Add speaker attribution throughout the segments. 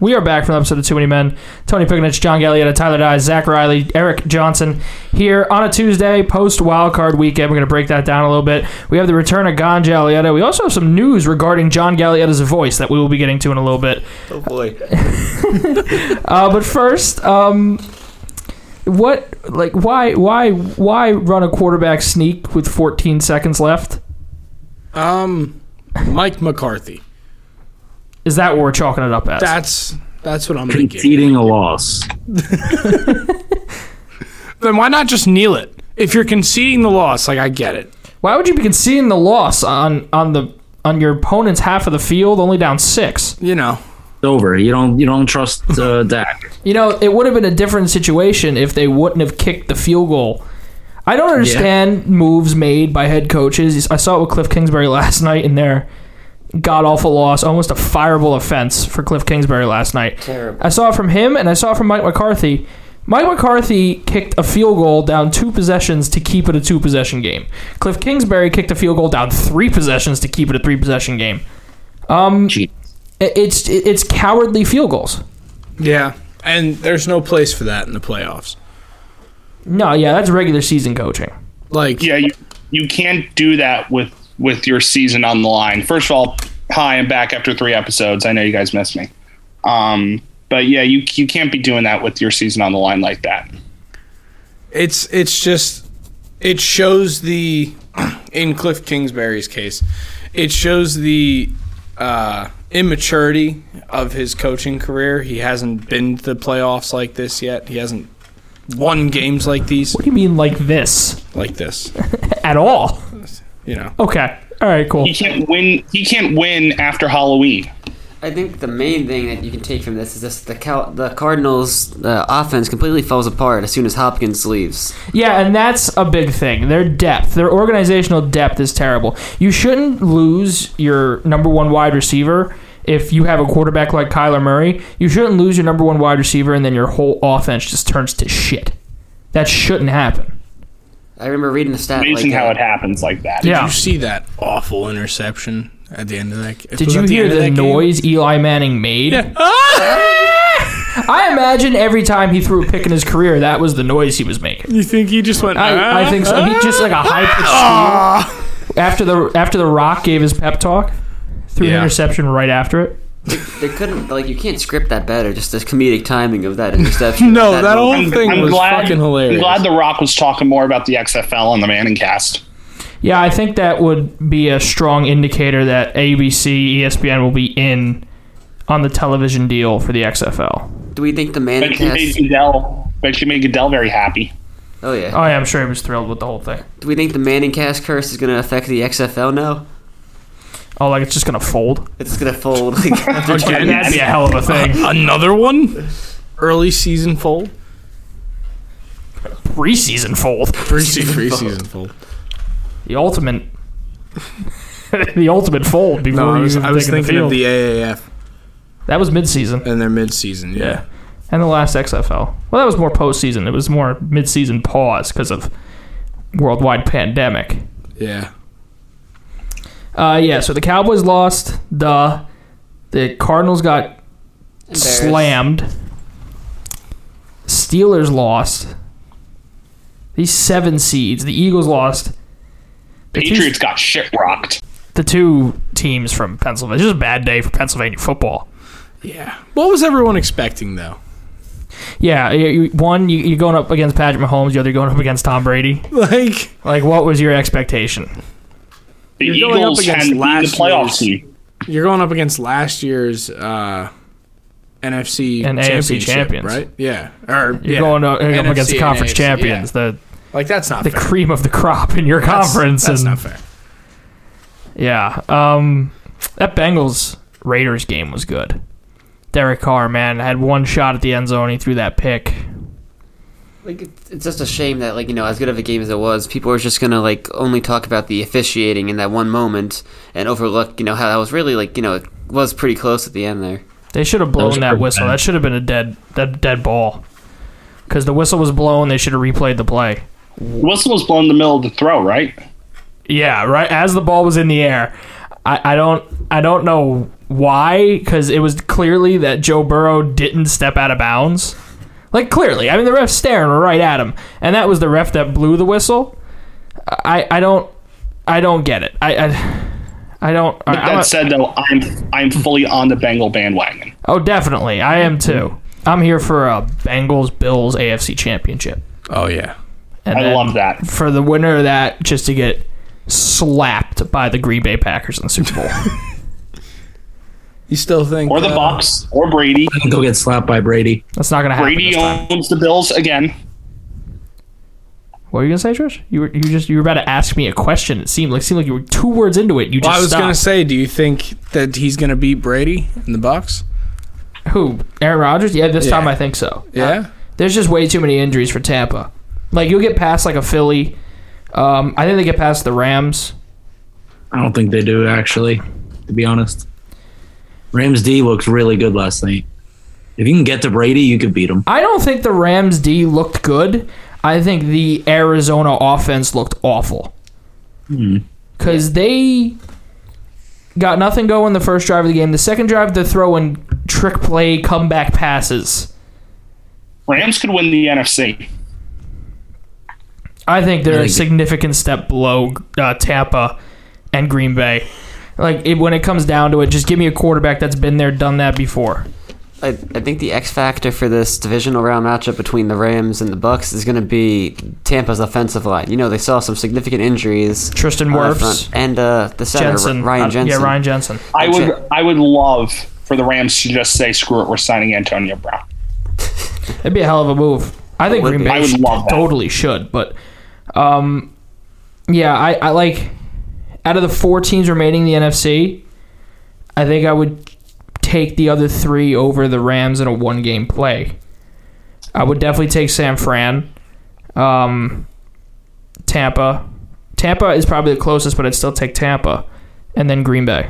Speaker 1: We are back from the episode of Too Many Men. Tony Pickenich, John Gallietta, Tyler Dyes, Zach Riley, Eric Johnson here on a Tuesday post wildcard weekend. We're going to break that down a little bit. We have the return of Gon Gallietta. We also have some news regarding John Gallietta's voice that we will be getting to in a little bit.
Speaker 2: Oh boy.
Speaker 1: Uh, but first, um, what like why why why run a quarterback sneak with 14 seconds left?
Speaker 3: Um, Mike McCarthy.
Speaker 1: Is that what we're chalking it up as?
Speaker 3: That's that's what I'm thinking.
Speaker 4: Conceding a loss.
Speaker 3: Then why not just kneel it? If you're conceding the loss, like I get it.
Speaker 1: Why would you be conceding the loss on on the on your opponent's half of the field, only down six?
Speaker 3: You know,
Speaker 4: It's over. You don't you don't trust uh, Dak.
Speaker 1: You know, it would have been a different situation if they wouldn't have kicked the field goal. I don't understand moves made by head coaches. I saw it with Cliff Kingsbury last night in their god awful loss, almost a fireable offense for Cliff Kingsbury last night.
Speaker 2: Terrible.
Speaker 1: I saw it from him and I saw it from Mike McCarthy. Mike McCarthy kicked a field goal down two possessions to keep it a two possession game. Cliff Kingsbury kicked a field goal down three possessions to keep it a three possession game.
Speaker 4: Gee,
Speaker 1: I- It's it's cowardly field goals.
Speaker 3: yeah. And there's no place for that in the playoffs.
Speaker 1: No, yeah, that's regular season coaching.
Speaker 3: Like,
Speaker 5: yeah, you, you can't do that with with your season on the line. First of all, hi, I'm back after three episodes. I know you guys missed me, um, but yeah, you you can't be doing that with your season on the line like that.
Speaker 3: it's it's just it shows the in Cliff Kingsbury's case, it shows the uh, immaturity of his coaching career. He hasn't been to the playoffs like this yet. He hasn't won games like these
Speaker 1: What do you mean like this?
Speaker 3: like this.
Speaker 1: At all.
Speaker 3: You know.
Speaker 1: Okay. All right, cool.
Speaker 5: He can't win. He can't win after Halloween.
Speaker 2: I think the main thing that you can take from this is just the Cal- the Cardinals' uh, offense completely falls apart as soon as Hopkins leaves.
Speaker 1: Yeah, and that's a big thing. Their depth, their organizational depth is terrible. You shouldn't lose your number one wide receiver if you have a quarterback like Kyler Murray. You shouldn't lose your number one wide receiver and then your whole offense just turns to shit. That shouldn't happen.
Speaker 2: I remember reading a stat
Speaker 5: Amazing
Speaker 2: like uh,
Speaker 5: how
Speaker 2: that.
Speaker 5: it happens like that.
Speaker 1: Yeah.
Speaker 3: You see that awful interception at the end of that. it
Speaker 1: Did
Speaker 3: was
Speaker 1: you
Speaker 3: at the
Speaker 1: hear
Speaker 3: end of
Speaker 1: the
Speaker 3: that game? Ah!
Speaker 1: noise Eli Manning made? I imagine every time he threw a pick in his career, that was the noise he was making.
Speaker 3: You think he just went?
Speaker 1: I, I think so. He just like a high pitched
Speaker 3: Ah!
Speaker 1: scream after the after the Rock gave his pep talk, threw an
Speaker 3: Yeah.
Speaker 1: interception right after it.
Speaker 2: They couldn't like you can't script that better. Just the comedic timing of that interception.
Speaker 3: No,
Speaker 2: that
Speaker 3: that
Speaker 2: moment.
Speaker 3: whole thing was fucking hilarious.
Speaker 5: I'm glad The Rock was talking more about the XFL on the Manning cast.
Speaker 1: Yeah, I think that would be a strong indicator that ABC, ESPN will be in on the television deal for the XFL.
Speaker 2: Do we think the Manning
Speaker 5: Bet you made
Speaker 2: cast?
Speaker 5: Goodell. Bet you made Goodell very happy.
Speaker 2: Oh yeah.
Speaker 1: Oh yeah, I'm sure he was thrilled with the whole thing.
Speaker 2: Do we think the Manning cast curse is going to affect the XFL now?
Speaker 1: Oh, like it's just gonna fold.
Speaker 2: It's going to fold. Like,
Speaker 1: That'd be a hell of a thing.
Speaker 3: Another one. Early season fold.
Speaker 1: Preseason fold.
Speaker 3: Pre season fold.
Speaker 1: The ultimate. the ultimate fold before
Speaker 3: No, I
Speaker 1: you
Speaker 3: was,
Speaker 1: even
Speaker 3: I was
Speaker 1: taking
Speaker 3: thinking
Speaker 1: the
Speaker 3: of
Speaker 1: field.
Speaker 3: the AAF
Speaker 1: that was midseason.
Speaker 3: and their midseason. Yeah.
Speaker 1: Yeah. And the last XFL. Well, that was more postseason. It was more midseason pause because of worldwide pandemic.
Speaker 3: Yeah.
Speaker 1: Uh, yeah, so the Cowboys lost. Duh. The Cardinals got slammed. Steelers lost. These seven seeds. The Eagles lost. The two-
Speaker 5: Patriots got shit rocked.
Speaker 1: the two teams from Pennsylvania. It's just a bad day for Pennsylvania football.
Speaker 3: Yeah. What was everyone expecting though?
Speaker 1: Yeah, you, you- one, you, you're going up against Patrick Mahomes. The other, you're going up against Tom Brady.
Speaker 3: Like
Speaker 1: Like, what was your expectation?
Speaker 5: The
Speaker 3: You're going up
Speaker 5: Eagles
Speaker 3: against
Speaker 5: can be the
Speaker 3: last
Speaker 5: playoff
Speaker 3: year's-
Speaker 5: team.
Speaker 3: you're going up against last year's uh, NFC
Speaker 1: And AFC
Speaker 3: championship,
Speaker 1: champions.
Speaker 3: right? Yeah. Or
Speaker 1: You're
Speaker 3: yeah.
Speaker 1: going up, up
Speaker 3: NFC
Speaker 1: against the
Speaker 3: and
Speaker 1: conference
Speaker 3: AFC,
Speaker 1: champions,
Speaker 3: yeah.
Speaker 1: the
Speaker 3: Like that's not
Speaker 1: the
Speaker 3: fair.
Speaker 1: cream of the crop in your
Speaker 3: That's-
Speaker 1: conference.
Speaker 3: That's,
Speaker 1: and
Speaker 3: not fair.
Speaker 1: yeah, um, that Bengals Raiders game was good. Derek Carr, man, had one shot at the end zone. He threw that pick.
Speaker 2: like it's it's just a shame that like you know as good of a game as it was, people are just going to like only talk about the officiating in that one moment and overlook you know how that was really like you know it was pretty close at the end there.
Speaker 1: They should have
Speaker 4: was
Speaker 1: blown that,
Speaker 4: pretty
Speaker 1: whistle.
Speaker 4: bad.
Speaker 1: That should have been a dead that dead ball. Because the whistle was blown, they should have replayed the play.
Speaker 5: The whistle was blown in the middle of the throw, right?
Speaker 1: Yeah, right as the ball was in the air. I, I don't I don't know why because it was clearly that Joe Burrow didn't step out of bounds. Like clearly, I mean the ref's staring right at him, and that was the ref that blew the whistle. I I don't I don't get it. I I, I don't. I,
Speaker 5: But that
Speaker 1: I'm a-
Speaker 5: said, though, I'm I'm fully on the Bengal bandwagon.
Speaker 1: oh, definitely, I am too. I'm here for a Bengals Bills AFC Championship.
Speaker 6: Oh yeah.
Speaker 1: And
Speaker 5: I
Speaker 1: then-
Speaker 5: love that.
Speaker 1: for the winner of that just to get slapped by the Green Bay Packers in the Super Bowl.
Speaker 6: You still think
Speaker 5: Or the
Speaker 6: uh,
Speaker 5: Bucks, or Brady.
Speaker 4: Go get slapped by Brady.
Speaker 1: That's not going to happen.
Speaker 5: Brady
Speaker 1: this time.
Speaker 5: owns the Bills again.
Speaker 1: What were you going to say, Trish? You were you just you were about to ask me a question. It seemed like seemed like you were two words into it. You just
Speaker 6: Well, I was
Speaker 1: stopped.
Speaker 6: gonna say, do you think that he's gonna beat Brady in the Bucks?
Speaker 1: Who? Aaron Rodgers? Yeah, this time I think so.
Speaker 6: Yeah.
Speaker 1: There's just way too many injuries for Tampa. Like you'll get past like a Philly. Um, I think they get past the Rams.
Speaker 4: I don't think they do actually, to be honest. Rams D looks really good last night. If you can get to Brady, you could beat him.
Speaker 1: I don't think the Rams D looked good. I think the Arizona offense looked awful. Because they got nothing going the first drive of the game. The second drive, they're throwing trick play, comeback passes.
Speaker 5: Rams could win the NFC.
Speaker 1: I think they're a
Speaker 4: Really?
Speaker 1: significant step below uh, Tampa and Green Bay. Like it, when it comes down to it, just give me a quarterback that's been there, done that before.
Speaker 2: I, I think the X factor for this divisional round matchup between the Rams and the Bucks is going to be Tampa's offensive line. You know, they saw some significant injuries.
Speaker 1: Tristan
Speaker 2: on that
Speaker 1: Wirfs.
Speaker 2: front. and uh, the center
Speaker 1: Jensen,
Speaker 2: Ryan
Speaker 1: Uh,
Speaker 2: Jensen.
Speaker 1: yeah, Ryan Jensen.
Speaker 5: I would
Speaker 2: That's
Speaker 5: I would love for the Rams to just say, "Screw it, we're signing Antonio Brown."
Speaker 1: That'd be a hell of a move. I think
Speaker 2: would
Speaker 1: Green
Speaker 2: be.
Speaker 1: Bay
Speaker 5: I would
Speaker 1: should-
Speaker 5: love that.
Speaker 1: totally should, but um, yeah, I, I like out of the four teams remaining in the NFC, I think I would take the other three over the Rams in a one game play. I would definitely take San Fran, um, Tampa. Tampa is probably the closest, but I'd still take Tampa, and then Green Bay.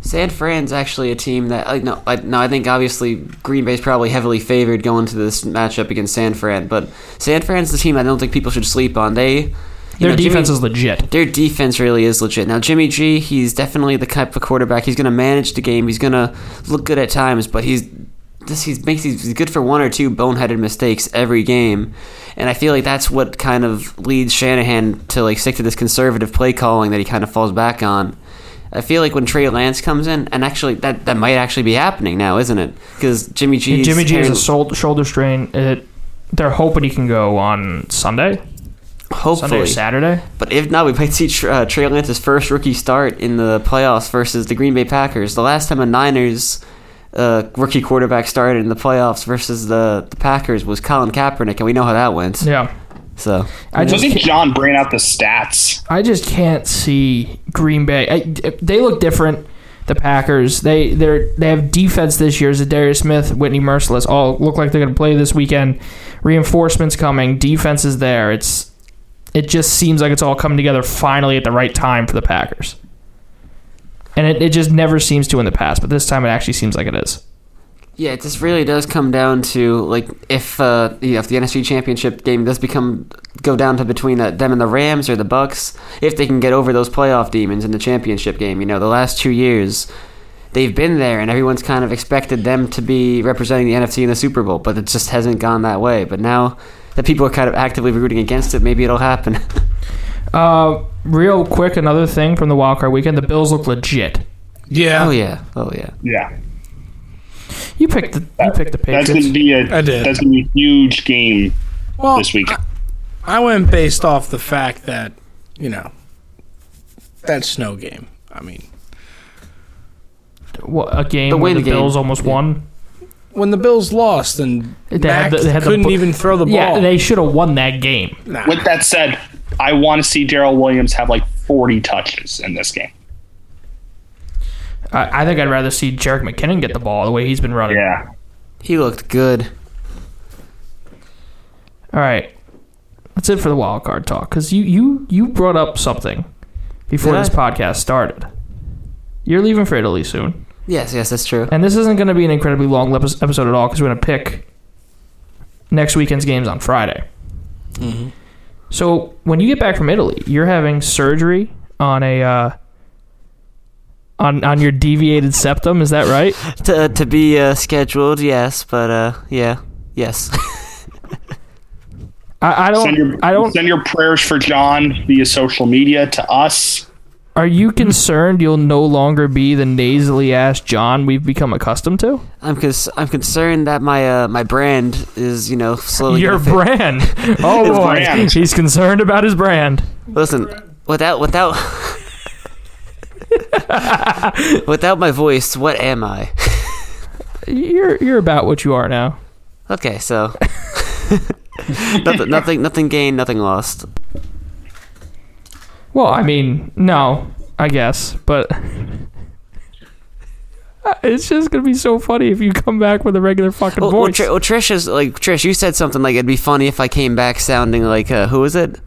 Speaker 2: San Fran's actually a team that like no, I, no, I think obviously Green Bay's probably heavily favored going to this matchup against San Fran, but San Fran's the team I don't think people should sleep on. They you
Speaker 1: Their
Speaker 2: know, Jimmy-
Speaker 1: defense is legit.
Speaker 2: their defense really is legit. Now Jimmy G, he's definitely the type of quarterback. He's going to manage the game. He's going to look good at times, but he's this he makes he's good for one or two boneheaded mistakes every game. And I feel like that's what kind of leads Shanahan to like stick to this conservative play calling that he kind of falls back on. I feel like when Trey Lance comes in, and actually that that might actually be happening now, isn't it? Because Jimmy G,
Speaker 1: Yeah, Jimmy G has a
Speaker 2: apparently-
Speaker 1: sol- shoulder strain. It, they're hoping he can go on Sunday, Sunday or
Speaker 2: hopefully
Speaker 1: Saturday.
Speaker 2: But if not, we might see Tr- uh, Trey Lance's first rookie start in the playoffs versus the Green Bay Packers. The last time a Niners uh, rookie quarterback started in the playoffs versus the, the Packers was Colin Kaepernick, and we know how that went.
Speaker 1: Yeah,
Speaker 2: So
Speaker 1: I just
Speaker 5: Wasn't
Speaker 1: can't,
Speaker 5: John bringing out the stats?
Speaker 1: I just can't see Green Bay. I, they look different. The Packers they they they have defense this year. Zadarius Smith, Whitney Merciless all look like they're going to play this weekend. Reinforcements coming. Defense is there. It's it just seems like it's all coming together finally at the right time for the Packers. And it, it just never seems to in the past, but this time it actually seems like it is.
Speaker 2: yeah, it just really does come down to like if uh, you know if the NFC Championship game does become go down to between uh, them and the Rams or the Bucks, if they can get over those playoff demons in the championship game. You know, the last two years. they've been there and everyone's kind of expected them to be representing the NFC in the Super Bowl, but it just hasn't gone that way. But now that people are kind of actively rooting against it, maybe it'll happen.
Speaker 1: Uh, real quick, another thing from the wildcard weekend: the Bills look legit.
Speaker 6: Yeah.
Speaker 2: oh yeah, oh yeah.
Speaker 5: Yeah,
Speaker 1: You picked the you picked the
Speaker 5: that's going
Speaker 1: Patriots.
Speaker 5: to be a
Speaker 6: I did.
Speaker 5: that's going to be a huge game
Speaker 6: Well,
Speaker 1: Oh,
Speaker 5: this weekend.
Speaker 6: I went based off the fact that, you know, that snow game. I mean,
Speaker 1: What, a game
Speaker 2: The
Speaker 1: where
Speaker 2: win
Speaker 1: the
Speaker 2: game.
Speaker 1: Bills almost won.
Speaker 6: when the Bills lost and
Speaker 1: They
Speaker 6: Mac
Speaker 1: had the- they had the
Speaker 6: couldn't
Speaker 1: bu-
Speaker 6: even throw the ball.
Speaker 1: Yeah, they should have won that game.
Speaker 6: Nah.
Speaker 5: With that said, I want to see Daryl Williams have like 40 touches in this game.
Speaker 1: I, I think I'd rather see Jarek McKinnon get the ball the way he's been running.
Speaker 5: Yeah,
Speaker 2: He looked good.
Speaker 1: All right, that's it for the wild card talk. Because you you you brought up something before
Speaker 2: Did
Speaker 1: this
Speaker 2: I?
Speaker 1: podcast started. You're leaving for Italy soon,
Speaker 2: Yes, yes, that's true.
Speaker 1: and this isn't going to be an incredibly long lepis- episode at all because we're going to pick next weekend's games on Friday. So when you get back from Italy, you're having surgery on a uh, on on your deviated septum. Is that right?
Speaker 2: to, to be uh, scheduled, yes, but uh, yeah, yes.
Speaker 1: I, I
Speaker 5: Send your,
Speaker 1: don't. I don't.
Speaker 5: send your prayers for John via social media to us.
Speaker 1: Are you concerned you'll no longer be the nasally ass John we've become accustomed to?
Speaker 2: I'm cons- I'm concerned that my uh, my brand is you know slowly.
Speaker 1: Your
Speaker 2: gonna fade.
Speaker 1: brand. Oh boy,
Speaker 5: brand.
Speaker 1: he's concerned about his brand.
Speaker 2: Listen, without without without my voice, what am I?
Speaker 1: You're you're about what you are now.
Speaker 2: Okay, so nothing, nothing, nothing gained, nothing lost.
Speaker 1: Well, I mean, no, I guess, but Uh, it's just gonna be so funny if you come back with a regular fucking
Speaker 2: Well, well,
Speaker 1: voice.
Speaker 2: Oh, Tr- well, Trish is like Trish. You said something like it'd be funny if I came back sounding like uh, who was it?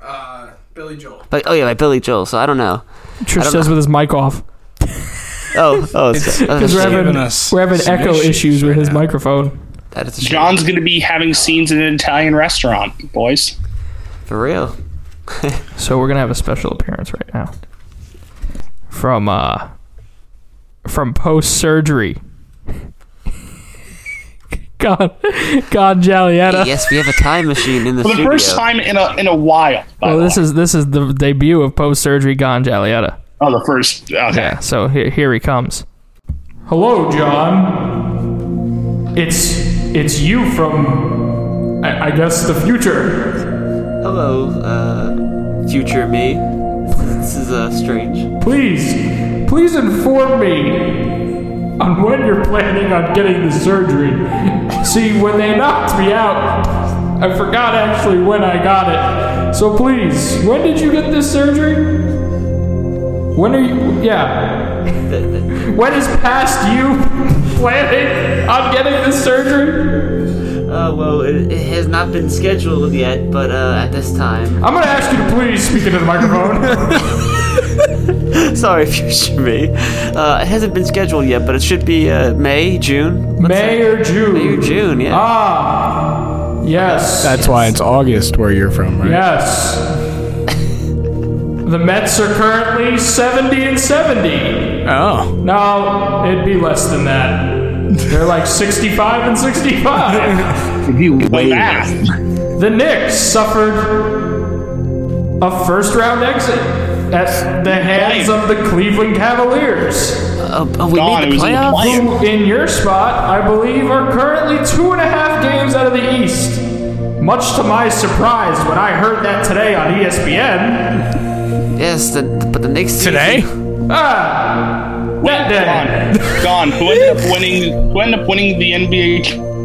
Speaker 6: Uh, Billy Joel.
Speaker 2: Like oh yeah, like Billy Joel. So I don't know.
Speaker 1: Trish
Speaker 2: don't
Speaker 1: says with his mic off
Speaker 2: Oh oh, it's,
Speaker 6: It's-
Speaker 2: oh, that's
Speaker 1: because
Speaker 2: a
Speaker 1: we're
Speaker 2: shame.
Speaker 1: having,
Speaker 6: giving us
Speaker 1: we're having
Speaker 6: some
Speaker 1: echo
Speaker 6: issues
Speaker 1: issues with
Speaker 6: right
Speaker 1: his
Speaker 6: now.
Speaker 1: microphone.
Speaker 2: that is a shame.
Speaker 5: John's going to be having scenes in an Italian restaurant, boys.
Speaker 2: for real.
Speaker 1: So we're gonna have a special appearance right now from uh from post surgery. God, God, Jalietta.
Speaker 2: Yes, we have a time machine in the
Speaker 5: For the
Speaker 2: studio.
Speaker 5: first time in a in a while. by
Speaker 1: Well,
Speaker 5: the
Speaker 1: Oh, this
Speaker 5: way.
Speaker 1: is this is the debut of post surgery Gon Jalietta.
Speaker 5: oh the first. Okay.
Speaker 1: Yeah, so here, here he comes. Hello, John. It's it's you from I, I guess the future.
Speaker 2: Hello, uh, future me. This is uh, strange.
Speaker 1: Please, please inform me on when you're planning on getting the surgery. See, when they knocked me out, I forgot actually when I got it. So please, when did you get this surgery? When are you? Yeah. when is past you planning on getting this surgery?
Speaker 2: Uh, well, it, it has not been scheduled yet, but uh, at this time.
Speaker 1: I'm gonna ask you to please speak into the microphone.
Speaker 2: Sorry, future me. Uh, it hasn't been scheduled yet, but it should be uh, May, June. Let's
Speaker 1: May
Speaker 2: say-
Speaker 1: or June?
Speaker 2: May or June, yeah.
Speaker 1: Ah. Yes.
Speaker 6: That's why it's August where you're from, right?
Speaker 1: Yes. the Mets are currently 70 and 70.
Speaker 6: Oh.
Speaker 1: No, it'd be less than that. They're like 65 and 65.
Speaker 4: If you
Speaker 5: Well,
Speaker 4: wait,
Speaker 5: that-
Speaker 1: the Knicks suffered a first round exit at the hands of the Cleveland Cavaliers,
Speaker 2: oh, oh, we
Speaker 5: God,
Speaker 2: made
Speaker 5: it
Speaker 2: the
Speaker 5: was in the
Speaker 2: playoffs?
Speaker 5: playoffs.
Speaker 1: who, in your spot, I believe, are currently two and a half games out of the East. Much to my surprise when I heard that today on E ESPN.
Speaker 2: yes, the, but the next season-
Speaker 6: Today?
Speaker 1: Ah, that day.
Speaker 5: Gone. Gone. Who ended up winning? Who ended up winning the NBA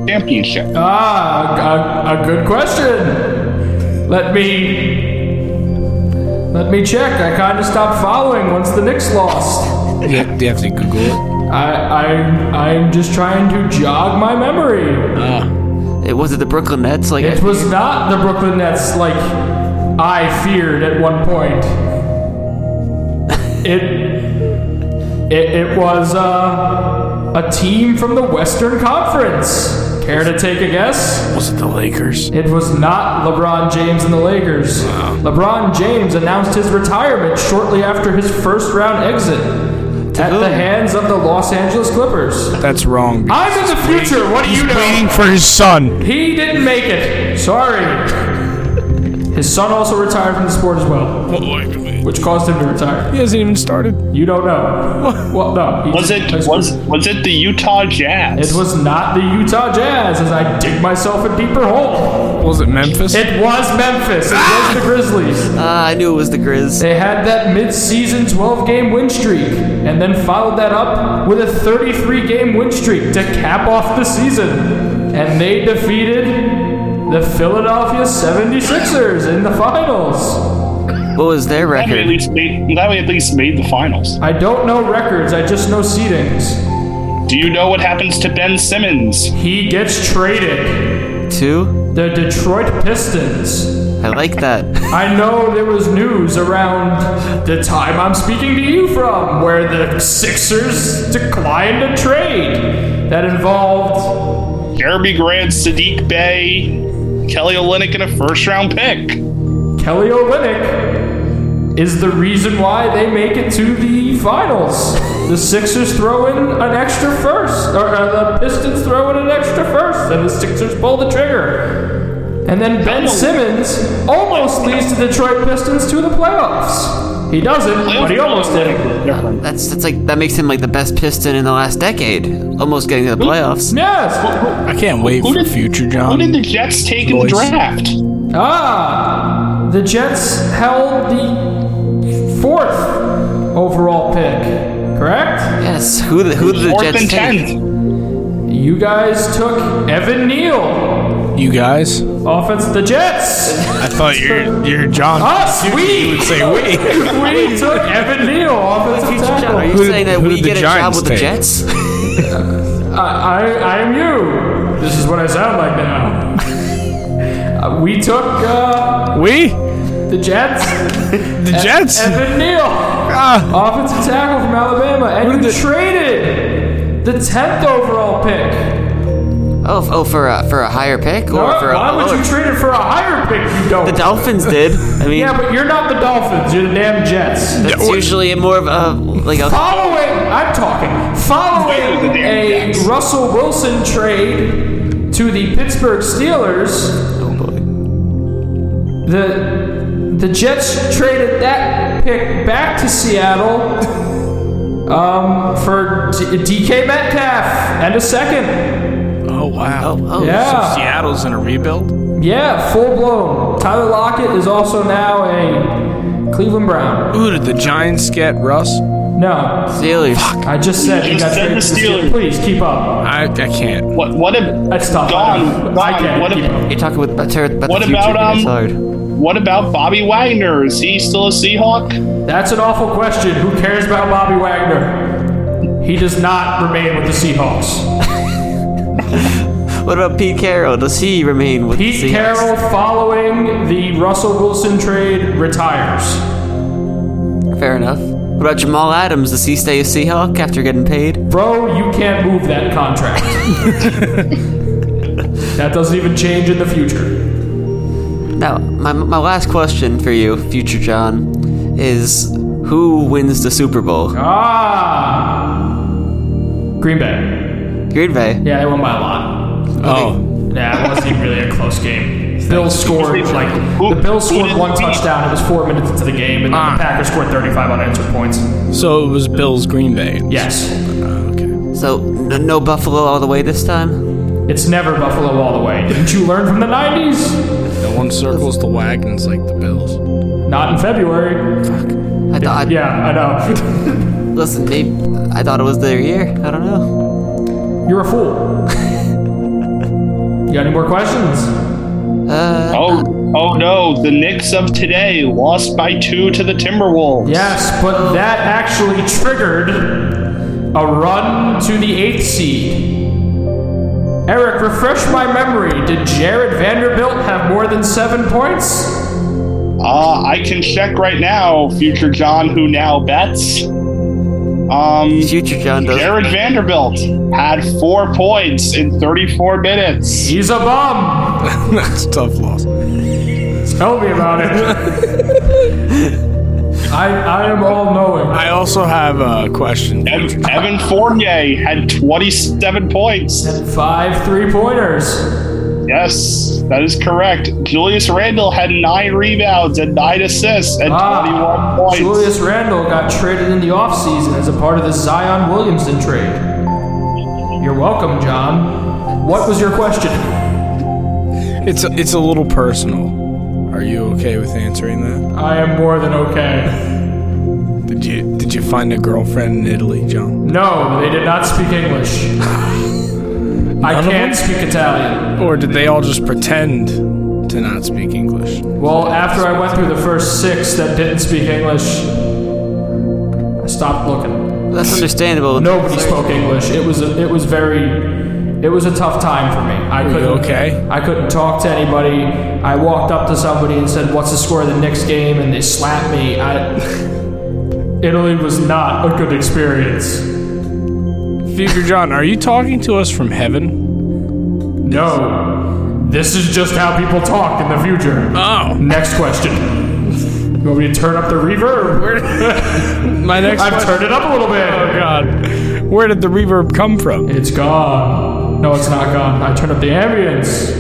Speaker 5: championship?
Speaker 1: Ah, a, a good question. Let me let me check. I kind of stopped following once the Knicks lost.
Speaker 6: Do you have, do you have to Google it?
Speaker 1: I I I'm just trying to jog my memory.
Speaker 2: It was it the Brooklyn Nets? Like
Speaker 1: It was not the Brooklyn Nets like I feared at one point. It it, it was uh, a team from the Western Conference. Care to take a guess?
Speaker 6: Was it the Lakers?
Speaker 1: It was not LeBron James and the Lakers. LeBron James announced his retirement shortly after his first round exit at
Speaker 2: whom?
Speaker 1: the hands of the Los Angeles Clippers.
Speaker 6: That's wrong.
Speaker 1: I'm in the future. What do you know?
Speaker 6: for his son.
Speaker 1: He didn't make it. Sorry. His son also retired from the sport as well,
Speaker 6: He
Speaker 1: which caused him to retire.
Speaker 6: hasn't even started.
Speaker 1: You don't know. Well, no. he
Speaker 5: Was
Speaker 1: just-
Speaker 5: it was was it the Utah Jazz?
Speaker 1: It was not the Utah Jazz as I dig myself a deeper hole.
Speaker 6: Was it Memphis?
Speaker 1: It was Memphis. It was the Grizzlies.
Speaker 2: uh, I knew it was the Grizz.
Speaker 1: They had that mid-season 12-game win streak, and then followed that up with a 33-game win streak to cap off the season. And they defeated the Philadelphia 76ers in the finals.
Speaker 2: What was their
Speaker 5: Glad we at
Speaker 2: record?
Speaker 5: least made, I'm glad we at least made the finals.
Speaker 1: I don't know records, I just know seedings.
Speaker 5: Do you know what happens to Ben Simmons?
Speaker 1: He gets traded.
Speaker 2: Two.
Speaker 1: The Detroit Pistons.
Speaker 2: I like that.
Speaker 1: I know there was news around the time I'm speaking to you from where the Sixers declined a trade that involved
Speaker 5: Garby Grant, Sadiq Bay, Kelly Olynyk, and a first round pick.
Speaker 1: Kelly Olynyk, is the reason why they make it to the finals. The Sixers throw in an extra first, or uh, the Pistons throw in an extra first, and the Sixers pull the trigger. And then Ben Simmons almost leads the Detroit Pistons to the playoffs. He doesn't, but he almost did.
Speaker 5: Different.
Speaker 2: That's that's like that makes him like the best Piston in the last decade, almost getting to the playoffs.
Speaker 1: Yes.
Speaker 5: Who,
Speaker 3: I can't wait
Speaker 5: Who
Speaker 3: for
Speaker 5: did-
Speaker 3: future John.
Speaker 5: who did the Jets take in the
Speaker 3: Voice.
Speaker 5: draft?
Speaker 1: Ah, the Jets held the fourth overall pick, correct?
Speaker 2: Yes, who the, who did the
Speaker 5: Fourth
Speaker 2: Jets
Speaker 5: and
Speaker 2: take?
Speaker 5: tenth.
Speaker 1: You guys took Evan Neal,
Speaker 3: you guys?
Speaker 1: offense the Jets.
Speaker 3: I thought your your John.
Speaker 5: Ah,
Speaker 1: Us, we.
Speaker 3: would say we.
Speaker 1: We took Evan Neal, offensive
Speaker 2: Are
Speaker 1: tackle.
Speaker 2: you
Speaker 3: Who did-
Speaker 2: saying that
Speaker 3: who
Speaker 2: we
Speaker 3: did the
Speaker 2: get a job
Speaker 3: Giants
Speaker 2: with the
Speaker 3: take?
Speaker 2: Jets?
Speaker 1: I, I, I am you. This is what I sound like now. Uh, we took uh,
Speaker 3: we?
Speaker 1: the Jets,
Speaker 3: The Jets?
Speaker 1: Evan Neal.
Speaker 3: Ah,
Speaker 1: Offensive tackle from Alabama, and you
Speaker 3: did
Speaker 1: traded the tenth overall pick.
Speaker 2: Oh, oh, for a for a higher pick or
Speaker 1: Why,
Speaker 2: for a,
Speaker 1: why
Speaker 2: a
Speaker 1: would
Speaker 2: lower?
Speaker 1: you trade it for a higher pick? You don't.
Speaker 2: the Dolphins did. I mean,
Speaker 1: yeah, but you're not the Dolphins. You're the damn Jets.
Speaker 2: that's usually more of a like a.
Speaker 1: Following, I'm talking.
Speaker 5: Wait,
Speaker 1: Following
Speaker 5: the damn
Speaker 1: a
Speaker 5: Jets.
Speaker 1: Russell Wilson trade to the Pittsburgh Steelers,
Speaker 2: Oh boy.
Speaker 1: the the Jets traded that pick back to Seattle. Um, for D- DK Metcalf and a second.
Speaker 3: oh wow.
Speaker 2: Oh,
Speaker 1: Yeah.
Speaker 3: Seattle's in a rebuild.
Speaker 1: Yeah, full blown. Tyler Lockett is also now a Cleveland Brown.
Speaker 6: Who did the Giants get, Russ?
Speaker 1: No,
Speaker 2: Steelers.
Speaker 1: I just said
Speaker 5: You
Speaker 1: he
Speaker 5: just
Speaker 1: got
Speaker 5: said
Speaker 1: traded
Speaker 5: the
Speaker 1: to the Steelers.
Speaker 5: Steelers.
Speaker 1: Please keep up.
Speaker 6: I, I can't.
Speaker 5: What? What? A,
Speaker 1: That's tough. I
Speaker 5: Don,
Speaker 1: don't- I
Speaker 5: Don,
Speaker 1: can't
Speaker 5: what,
Speaker 1: keep
Speaker 5: ab-
Speaker 1: up.
Speaker 2: You're talking with about, about
Speaker 5: What
Speaker 2: the future.
Speaker 5: about,
Speaker 2: dude, it's
Speaker 5: um,
Speaker 2: hard.
Speaker 5: what about Bobby Wagner? Is he still a Seahawk?
Speaker 1: That's an awful question. Who cares about Bobby Wagner? He does not remain with the Seahawks.
Speaker 2: What about Pete Carroll? Does he remain with the
Speaker 1: Pete
Speaker 2: Seahawks?
Speaker 1: Carroll, following the Russell Wilson trade, retires.
Speaker 2: Fair enough. What about Jamal Adams? Does he stay a Seahawk after getting paid?
Speaker 1: Bro, you can't move that contract. that doesn't even change in the future.
Speaker 2: Now, my, my last question for you, future John, is who wins the Super Bowl?
Speaker 1: Ah, Green Bay.
Speaker 2: Green Bay.
Speaker 1: Yeah, they won by a lot.
Speaker 3: Oh,
Speaker 1: Yeah, it wasn't even really a close game. Bills scored like
Speaker 5: Who-
Speaker 1: the Bills
Speaker 5: who
Speaker 1: scored
Speaker 5: did
Speaker 1: one
Speaker 5: we beat?
Speaker 1: touchdown. It was four minutes into the game, and then the Packers scored 35 unanswered points.
Speaker 3: so it was Bills Green Bay.
Speaker 1: Yes,
Speaker 2: So, n- no Buffalo all the way this time?
Speaker 1: it's never Buffalo all the way. Didn't you learn from the 90s?
Speaker 3: The one circles the wagons like the Bills.
Speaker 1: Not in February.
Speaker 2: I thought,
Speaker 1: Yeah, I know.
Speaker 2: listen, maybe, I thought it was their year. I don't know.
Speaker 1: You're a fool. You got any more questions?
Speaker 2: Uh,
Speaker 5: Oh, oh no! The Knicks of today lost by two to the Timberwolves.
Speaker 1: Yes, but that actually triggered a run to the eighth seed. Eric, refresh my memory. Did Jared Vanderbilt have more than seven points?
Speaker 5: Uh, I can check right now, future John, who now bets. Um,
Speaker 2: future John does.
Speaker 5: Jared Vanderbilt had four points in 34 minutes.
Speaker 1: He's a bum.
Speaker 3: That's a tough loss.
Speaker 1: Tell me about it. I, I am all knowing.
Speaker 3: I also have a question.
Speaker 5: Ev- Evan Fournier had 27 points.
Speaker 1: Five three pointers.
Speaker 5: Yes, that is correct. Julius Randle had nine rebounds and nine assists and
Speaker 1: Ah,
Speaker 5: 21 points.
Speaker 1: Julius Randle got traded in the offseason as a part of the Zion Williamson trade. You're welcome, John. What was your question?
Speaker 3: It's a, it's a little personal. Are you okay with answering that?
Speaker 1: I am more than okay.
Speaker 3: Did you did you find a girlfriend in Italy, John?
Speaker 1: No, they did not speak English. I
Speaker 3: of them?
Speaker 1: can't speak Italian.
Speaker 3: Or did they all just pretend to not speak English?
Speaker 1: Well, after I went through the first six that didn't speak English, I stopped looking.
Speaker 2: That's understandable.
Speaker 1: Nobody spoke English. It was a, it was very it was a tough time for me. I
Speaker 3: Are you
Speaker 1: couldn't
Speaker 3: okay?
Speaker 1: I couldn't talk to anybody. I walked up to somebody and said, "What's the score of the next game?" and they slapped me. I, Italy was not a good experience.
Speaker 3: Future John, are you talking to us from heaven?
Speaker 1: No. This is just how people talk in the future.
Speaker 3: Oh.
Speaker 1: Next question. You want me to turn up the reverb?
Speaker 3: My next
Speaker 1: I've
Speaker 3: question.
Speaker 1: turned it up a little bit.
Speaker 3: Oh God, where did the reverb come from?
Speaker 1: It's gone. No, it's not gone. I turned up the ambience.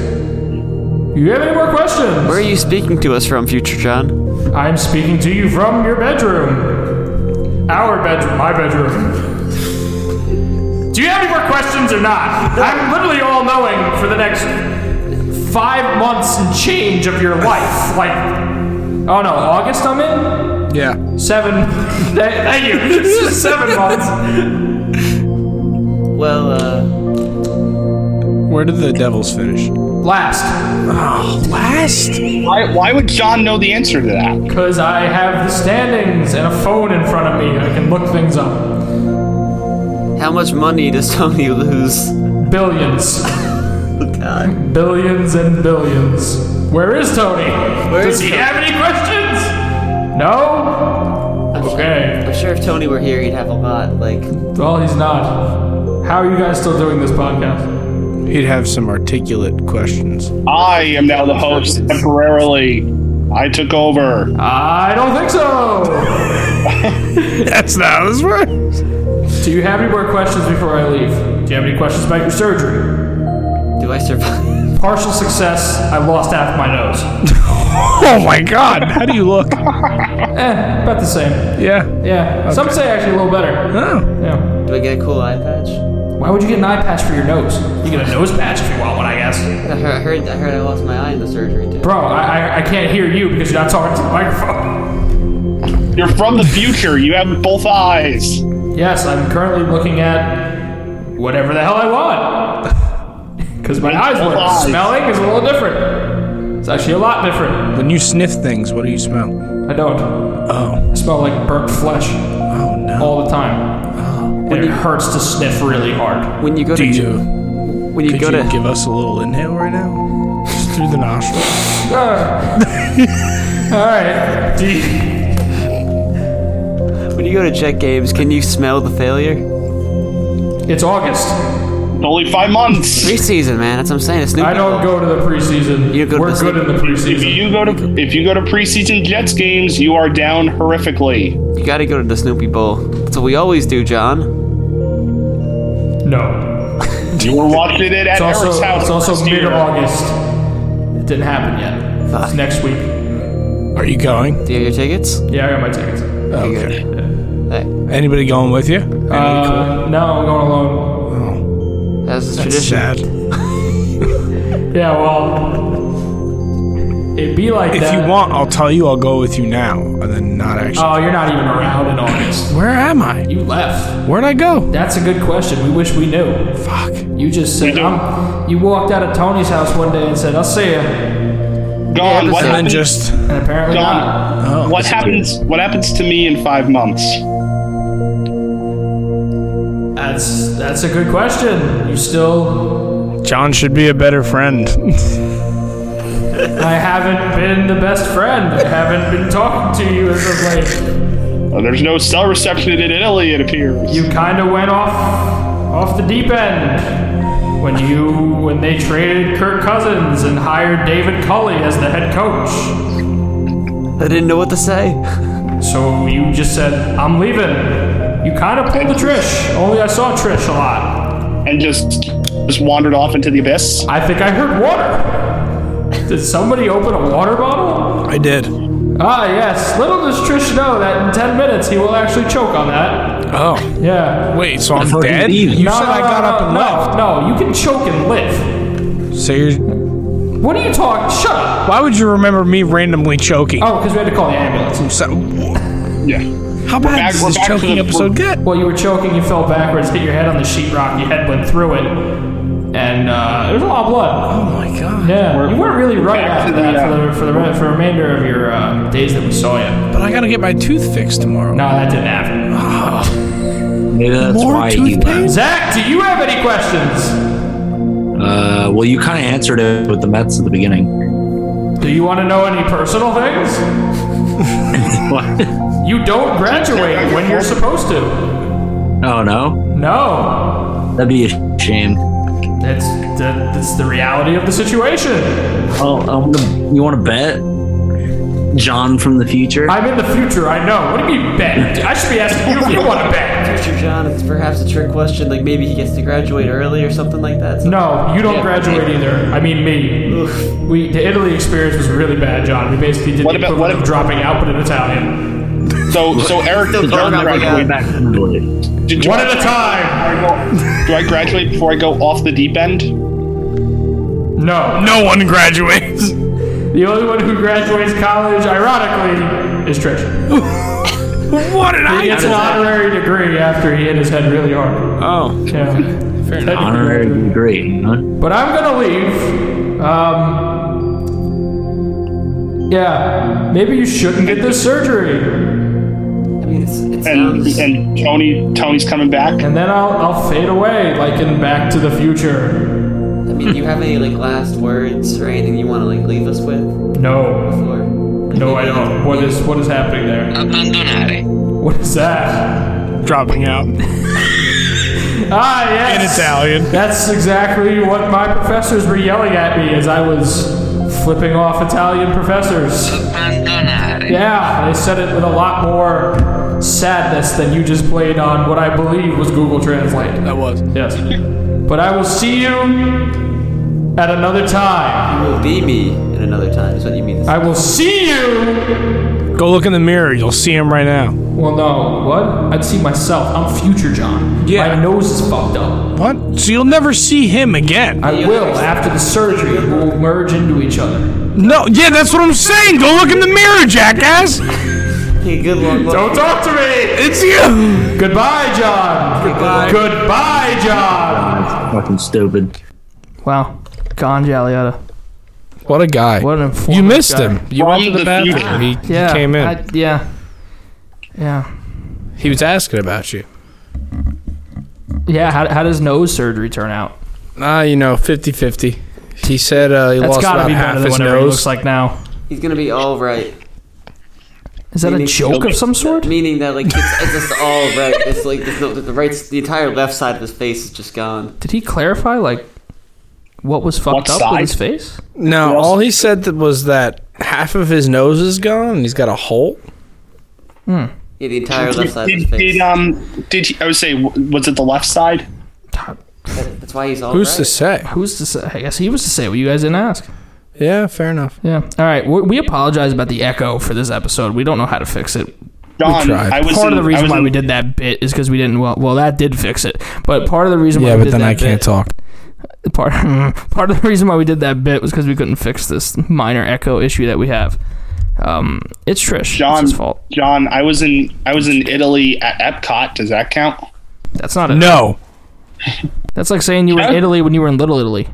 Speaker 1: You have any more questions?
Speaker 2: Where are you speaking to us from, Future John?
Speaker 1: I'm speaking to you from your bedroom. Our bedroom, my bedroom. Do you have any more questions or not? I'm literally all knowing for the next five months and change of your life. Like, oh no, August I'm in?
Speaker 3: Yeah.
Speaker 1: Seven. Thank you. It's just seven months.
Speaker 2: Well, uh,
Speaker 3: Where did the Devils finish?
Speaker 1: Last.
Speaker 3: Last.
Speaker 5: Why, why would John know the answer to that?
Speaker 1: Because I have the standings and a phone in front of me. I can look things up.
Speaker 2: how much money does Tony lose?
Speaker 1: Billions.
Speaker 2: God.
Speaker 1: Billions and billions. Where is Tony? Does
Speaker 2: is
Speaker 1: he
Speaker 2: Tony?
Speaker 1: have any questions? No? Okay.
Speaker 2: I'm sure if Tony were here, he'd have a lot. Like,
Speaker 1: Well, he's not. How are you guys still doing this podcast?
Speaker 3: He'd have some articulate questions.
Speaker 5: I am now the host temporarily. I took over.
Speaker 1: I don't think so.
Speaker 3: That's not how this works.
Speaker 1: Do you have any more questions before I leave? Do you have any questions about your surgery?
Speaker 2: do I survive?
Speaker 1: Partial success. I lost half my nose.
Speaker 3: Oh my God! How do you look?
Speaker 1: Eh, about the same.
Speaker 3: Yeah.
Speaker 1: Yeah. Some say actually a little better.
Speaker 3: Oh.
Speaker 1: Yeah.
Speaker 2: Do I get a cool eye patch?
Speaker 1: Why would you get an eye patch for your nose? You get a nose patch if you want one, I guess.
Speaker 2: I heard, I heard, I heard I lost my eye in the surgery too.
Speaker 1: Bro, I, I, I can't hear you because you're not talking to the microphone.
Speaker 5: You're from the future. You have both eyes.
Speaker 1: Yes, I'm currently looking at whatever the hell I want. Because my eyes work.
Speaker 5: eyes.
Speaker 1: Smelling is a little different. It's actually a lot different.
Speaker 3: When you sniff things, what do you smell?
Speaker 1: I don't. I
Speaker 3: Oh.
Speaker 1: smell like burnt flesh
Speaker 3: Oh no.
Speaker 1: all the time. And it hurts to sniff really hard.
Speaker 2: When you go
Speaker 3: Do
Speaker 2: to
Speaker 3: you?
Speaker 2: when you
Speaker 3: Could
Speaker 2: go
Speaker 3: you
Speaker 2: to
Speaker 3: give us a little inhale right now? Just through the nostril.
Speaker 1: Ah. all right. Do you-
Speaker 2: when you go to Jet Games, can you smell the failure?
Speaker 1: It's August.
Speaker 5: It's only five months.
Speaker 2: Preseason, man. That's what I'm saying. It's new.
Speaker 1: I don't go to the preseason.
Speaker 2: You go to
Speaker 1: We're
Speaker 2: the
Speaker 1: good in the
Speaker 5: If
Speaker 1: preseason.
Speaker 5: you go to if you go to preseason Jets games, you are down horrifically.
Speaker 2: You gotta go to the Snoopy Bowl. That's what we always do, John.
Speaker 1: No.
Speaker 5: You were watching it at
Speaker 1: It's
Speaker 5: Eric's
Speaker 1: also,
Speaker 5: house.
Speaker 1: it's also
Speaker 5: last year.
Speaker 1: mid August. It didn't happen yet. It's
Speaker 2: Fuck.
Speaker 1: next week.
Speaker 3: Are you going?
Speaker 2: Do you have your tickets?
Speaker 1: Yeah, I got my tickets.
Speaker 3: Okay.
Speaker 2: Hey,
Speaker 3: Anybody going with you?
Speaker 1: Uh, no, I'm going alone.
Speaker 2: that's just tradition.
Speaker 3: Sad.
Speaker 1: Yeah, well, it'd be like
Speaker 3: If
Speaker 1: that.
Speaker 3: you want, I'll tell you. I'll go with you now, and then not actually.
Speaker 1: Oh, you're not even around in August.
Speaker 2: Oh.
Speaker 3: Where am I?
Speaker 1: You left.
Speaker 3: Where'd I go?
Speaker 1: That's a good question. We wish we knew.
Speaker 3: Fuck.
Speaker 1: You just said,
Speaker 5: We do.
Speaker 1: I'm, you walked out of Tony's house one day and said, I'll see you. And
Speaker 5: Gone.
Speaker 2: Yeah,
Speaker 5: what
Speaker 2: that's-
Speaker 3: And
Speaker 5: happened?
Speaker 3: just
Speaker 1: apparently not.
Speaker 5: Gone.
Speaker 3: oh,
Speaker 5: what happens? What happens to me in five months?
Speaker 1: That's, that's a good question. You still,
Speaker 3: John should be a better friend.
Speaker 1: I haven't been the best friend. I haven't been talking to you as of late.
Speaker 5: Uh, There's no cell reception in Italy. It appears.
Speaker 1: You kind of went off off the deep end when you when they traded Kirk Cousins and hired David Culley as the head coach.
Speaker 2: I didn't know what to say.
Speaker 1: So you just said, "I'm leaving." You kind of pulled the Trish. Only I saw Trish a lot.
Speaker 5: and just just wandered off into the abyss.
Speaker 1: I think I heard water. Did somebody open a water bottle?
Speaker 3: I did.
Speaker 1: Ah, yes. Little does Trish know that in 10 minutes he will actually choke on that.
Speaker 3: Oh,
Speaker 1: Yeah.
Speaker 3: wait. So I'm
Speaker 4: Before he
Speaker 3: dead?
Speaker 4: leaves.
Speaker 3: You
Speaker 1: No,
Speaker 3: said
Speaker 1: no,
Speaker 3: I got
Speaker 1: no,
Speaker 3: up and
Speaker 1: no,
Speaker 3: left.
Speaker 1: No, you can choke and live.
Speaker 3: So you're.
Speaker 1: What are you talking? Shut up.
Speaker 3: Why would you remember me randomly choking?
Speaker 1: Oh, because we had to call the ambulance.
Speaker 3: So,
Speaker 5: Yeah.
Speaker 3: how bad
Speaker 5: back-
Speaker 3: does
Speaker 5: we're
Speaker 3: this
Speaker 5: back to
Speaker 3: choking
Speaker 5: the-
Speaker 3: episode get?
Speaker 1: Well, you were choking, you fell backwards, hit your head on the sheetrock, your head went through it, and uh, there was a lot of blood.
Speaker 3: Oh my god.
Speaker 1: Yeah, you weren't really right
Speaker 5: back
Speaker 1: after
Speaker 5: to the,
Speaker 1: that
Speaker 5: uh,
Speaker 1: for the for the, re- for the remainder of your uh, days that we saw you.
Speaker 3: But I gotta get my tooth fixed tomorrow.
Speaker 1: No, that didn't happen.
Speaker 4: Maybe that's
Speaker 3: More
Speaker 4: why he
Speaker 3: toothpaste?
Speaker 4: left.
Speaker 1: Zach, do you have any questions?
Speaker 4: Uh, well, you kind of answered it with the Mets at the beginning.
Speaker 1: Do you want to know any personal things?
Speaker 4: What?
Speaker 1: You don't graduate when you're supposed to.
Speaker 4: Oh no,
Speaker 1: No,
Speaker 4: that'd be a shame.
Speaker 1: that's that, that's the reality of the situation.
Speaker 4: Oh, um, you want to bet? John from the future.
Speaker 1: I'm in the future. I know. What do you mean bet? I should be asking you if you want to bet.
Speaker 2: Future John, it's perhaps a trick question. Like maybe he gets to graduate early or something like that. So
Speaker 1: No, you don't graduate either. I mean me. We the Italy experience was really bad, John. We basically did
Speaker 5: What
Speaker 1: the
Speaker 5: about-
Speaker 1: equivalent
Speaker 5: what
Speaker 1: of
Speaker 5: ab-
Speaker 1: dropping out, but in Italian.
Speaker 5: So so Eric,
Speaker 2: Still
Speaker 5: do I
Speaker 2: going on my
Speaker 5: graduate?
Speaker 2: God.
Speaker 5: Do, do
Speaker 1: One
Speaker 5: I-
Speaker 1: at a time.
Speaker 5: do I graduate before I go off the deep end?
Speaker 1: No,
Speaker 3: No one graduates.
Speaker 1: the only one who graduates college, ironically, is Trish.
Speaker 3: what did
Speaker 1: He gets an honorary degree after he hit his head really hard.
Speaker 3: Oh,
Speaker 1: Yeah.
Speaker 3: fair enough.
Speaker 4: Honorary degree. Huh?
Speaker 1: But I'm gonna leave. Um, yeah, maybe you shouldn't get this surgery,
Speaker 2: I mean, it's, it
Speaker 5: And
Speaker 2: sounds.
Speaker 5: Um, and Tony Tony's coming back.
Speaker 1: and then I'll I'll fade away like in Back to the Future.
Speaker 2: I mean, do you have any like last words or anything you want to like leave us with?
Speaker 1: No,
Speaker 2: Or
Speaker 1: no, I don't. What is what is happening there?
Speaker 7: Abbandonare.
Speaker 1: What is that?
Speaker 3: dropping out
Speaker 1: Ah, yes.
Speaker 3: in Italian.
Speaker 1: That's exactly what my professors were yelling at me as I was flipping off Italian professors.
Speaker 7: Abbandonare.
Speaker 1: Yeah, they said it with a lot more sadness than you just played on what I believe was Google Translate.
Speaker 3: That was.
Speaker 1: Yes. But I will see you at another time.
Speaker 2: will be me in another time. Is what you mean?
Speaker 1: I will see you.
Speaker 3: Go look in the mirror. You'll see him right now.
Speaker 1: Well, no. What? I'd see myself. I'm future John.
Speaker 3: Yeah.
Speaker 1: My nose is fucked up.
Speaker 3: What? So you'll never see him again.
Speaker 1: I will after the surgery. We'll merge into each other.
Speaker 3: no, yeah, that's what I'm saying. Go look in the mirror, jackass.
Speaker 2: Hey, good luck.
Speaker 1: Don't talk to me.
Speaker 3: It's you.
Speaker 1: Goodbye, John.
Speaker 2: Goodbye.
Speaker 1: Goodbye, John.
Speaker 4: That's fucking stupid.
Speaker 1: Wow. Gone, Jaliota.
Speaker 3: What a guy.
Speaker 1: What an informative
Speaker 3: you missed
Speaker 1: guy.
Speaker 3: him. You went to the bathroom. He, he
Speaker 1: Yeah.
Speaker 3: came in.
Speaker 1: I- yeah. Yeah.
Speaker 3: he was asking about you.
Speaker 1: Yeah. How, how does nose surgery turn out?
Speaker 3: Ah, you know, 50-50. He said uh, he
Speaker 1: That's
Speaker 3: lost
Speaker 1: got to
Speaker 3: about
Speaker 1: be
Speaker 3: half
Speaker 1: better than
Speaker 3: his
Speaker 1: whatever he looks
Speaker 3: nose.
Speaker 1: like now.
Speaker 2: He's gonna be all right.
Speaker 1: Is that a
Speaker 2: Meaning-
Speaker 1: joke of some sort?
Speaker 2: Meaning that like it's, it's just all right. It's like there's no, the right, the entire left side of his face is just gone.
Speaker 1: Did he clarify like what was fucked
Speaker 5: What
Speaker 1: up with
Speaker 5: side?
Speaker 1: his face?
Speaker 3: no, all he said that was that half of his nose is gone and he's got a hole.
Speaker 2: Yeah, the entire left side of his
Speaker 5: Did,
Speaker 2: face.
Speaker 5: did um did he, I would say w- was it the left side?
Speaker 2: That- That's why he's all
Speaker 3: Who's
Speaker 2: right.
Speaker 3: to say?
Speaker 1: Who's to say? I guess he was to say what you guys didn't ask.
Speaker 3: Yeah, fair enough.
Speaker 1: Yeah. All right. We, we apologize about the echo for this episode. We don't know how to fix it.
Speaker 5: John,
Speaker 3: tried.
Speaker 5: I was
Speaker 1: Part
Speaker 5: in-
Speaker 1: of the
Speaker 5: I
Speaker 1: reason
Speaker 5: was
Speaker 1: why
Speaker 5: in-
Speaker 1: we did that bit is because we didn't. Well, well, that did fix it. But part of the reason why
Speaker 3: Yeah,
Speaker 1: we
Speaker 3: but
Speaker 1: did
Speaker 3: then
Speaker 1: that
Speaker 3: I can't
Speaker 1: bit-
Speaker 3: talk.
Speaker 1: Part part of the reason why we did that bit was because we couldn't fix this minor echo issue that we have. Um, it's Trish.
Speaker 5: John,
Speaker 1: it's his fault.
Speaker 5: John, I was in I was in Italy at Epcot. Does that count?
Speaker 1: That's not it.
Speaker 3: No.
Speaker 1: That's like saying you were in
Speaker 5: Huh?
Speaker 1: Italy when you were in Little Italy.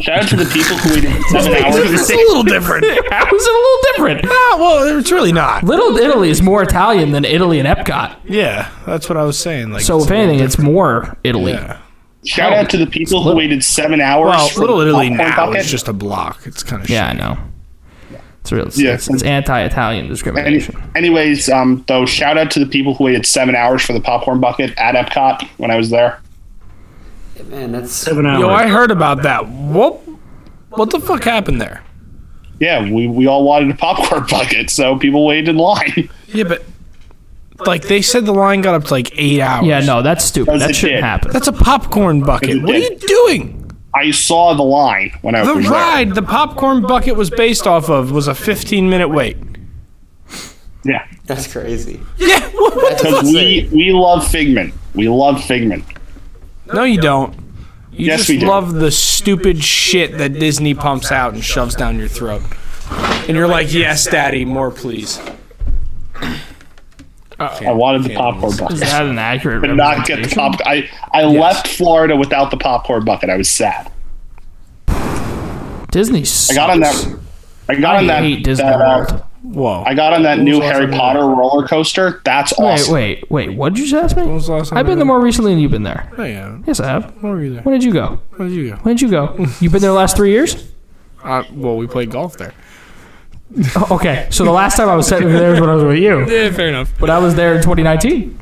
Speaker 5: Shout out to the people who waited seven
Speaker 3: it's a
Speaker 5: hours.
Speaker 3: little different.
Speaker 1: That was a little different.
Speaker 3: Ah, well, it's really not.
Speaker 1: Little Italy is more Italian than Italy and Epcot.
Speaker 3: Yeah, that's what I was saying. Like,
Speaker 1: So if anything, it's more Italy.
Speaker 3: yeah.
Speaker 5: Shout out to the people who waited seven hours.
Speaker 3: Well,
Speaker 5: for
Speaker 3: Little
Speaker 5: the
Speaker 3: Italy
Speaker 5: popcorn
Speaker 3: now
Speaker 5: bucket.
Speaker 3: is just a block. It's kind of
Speaker 1: Yeah, I know. It's real. It's,
Speaker 5: Yeah.
Speaker 1: it's, it's anti-Italian
Speaker 5: Any,
Speaker 1: discrimination.
Speaker 5: anyways, um, though, shout out to the people who waited seven hours for the popcorn bucket at Epcot when I was there.
Speaker 2: Man, that's
Speaker 4: Seven hours.
Speaker 3: Yo, I heard about that. What? What the fuck happened there?
Speaker 5: Yeah, we, we all wanted a popcorn bucket, so people waited in line.
Speaker 3: Yeah, but like they said, the line got up to like eight hours.
Speaker 1: Yeah, no, that's stupid.
Speaker 5: As
Speaker 1: That
Speaker 5: it
Speaker 1: shouldn't
Speaker 5: did.
Speaker 1: happen.
Speaker 3: That's a popcorn bucket. What are you doing?
Speaker 5: I saw the line when I
Speaker 3: The
Speaker 5: was
Speaker 3: ride the popcorn bucket was based off of was a 15 minute wait.
Speaker 5: there. Yeah,
Speaker 2: that's crazy.
Speaker 3: Yeah, what, what the
Speaker 5: because
Speaker 3: fuck?
Speaker 5: we we love Figment. We love Figment.
Speaker 3: No, you don't. You
Speaker 5: Yes,
Speaker 3: just
Speaker 5: we do.
Speaker 3: love the stupid shit that Disney pumps out and shoves down your throat. And you're like, yes, daddy, more please.
Speaker 5: I wanted the popcorn bucket.
Speaker 1: Is that an accurate
Speaker 5: Did not get the
Speaker 1: representation?
Speaker 5: pop. I I left Florida without the popcorn bucket. I was sad.
Speaker 1: Disney
Speaker 5: I got on that. I got on
Speaker 1: I
Speaker 5: that.
Speaker 1: hate Disney
Speaker 5: that, uh,
Speaker 1: World.
Speaker 3: Whoa.
Speaker 5: I got on that new
Speaker 1: was the
Speaker 5: Harry
Speaker 1: last
Speaker 5: Potter roller coaster. That's
Speaker 1: Wait,
Speaker 5: awesome.
Speaker 1: wait, wait. What did you just ask me?
Speaker 3: was the last time
Speaker 1: I've been
Speaker 3: you
Speaker 1: there
Speaker 3: went?
Speaker 1: more recently than you've been there.
Speaker 3: Oh, yeah.
Speaker 1: Yes, I have.
Speaker 3: Where were you there?
Speaker 1: When did you go?
Speaker 3: Where did you go?
Speaker 1: When did you go? You've been there the last three years?
Speaker 3: Uh, well, we played golf there.
Speaker 1: Oh, okay, so the last time I was sitting there is when I was with you,
Speaker 3: Yeah, fair enough.
Speaker 1: but I was there in 2019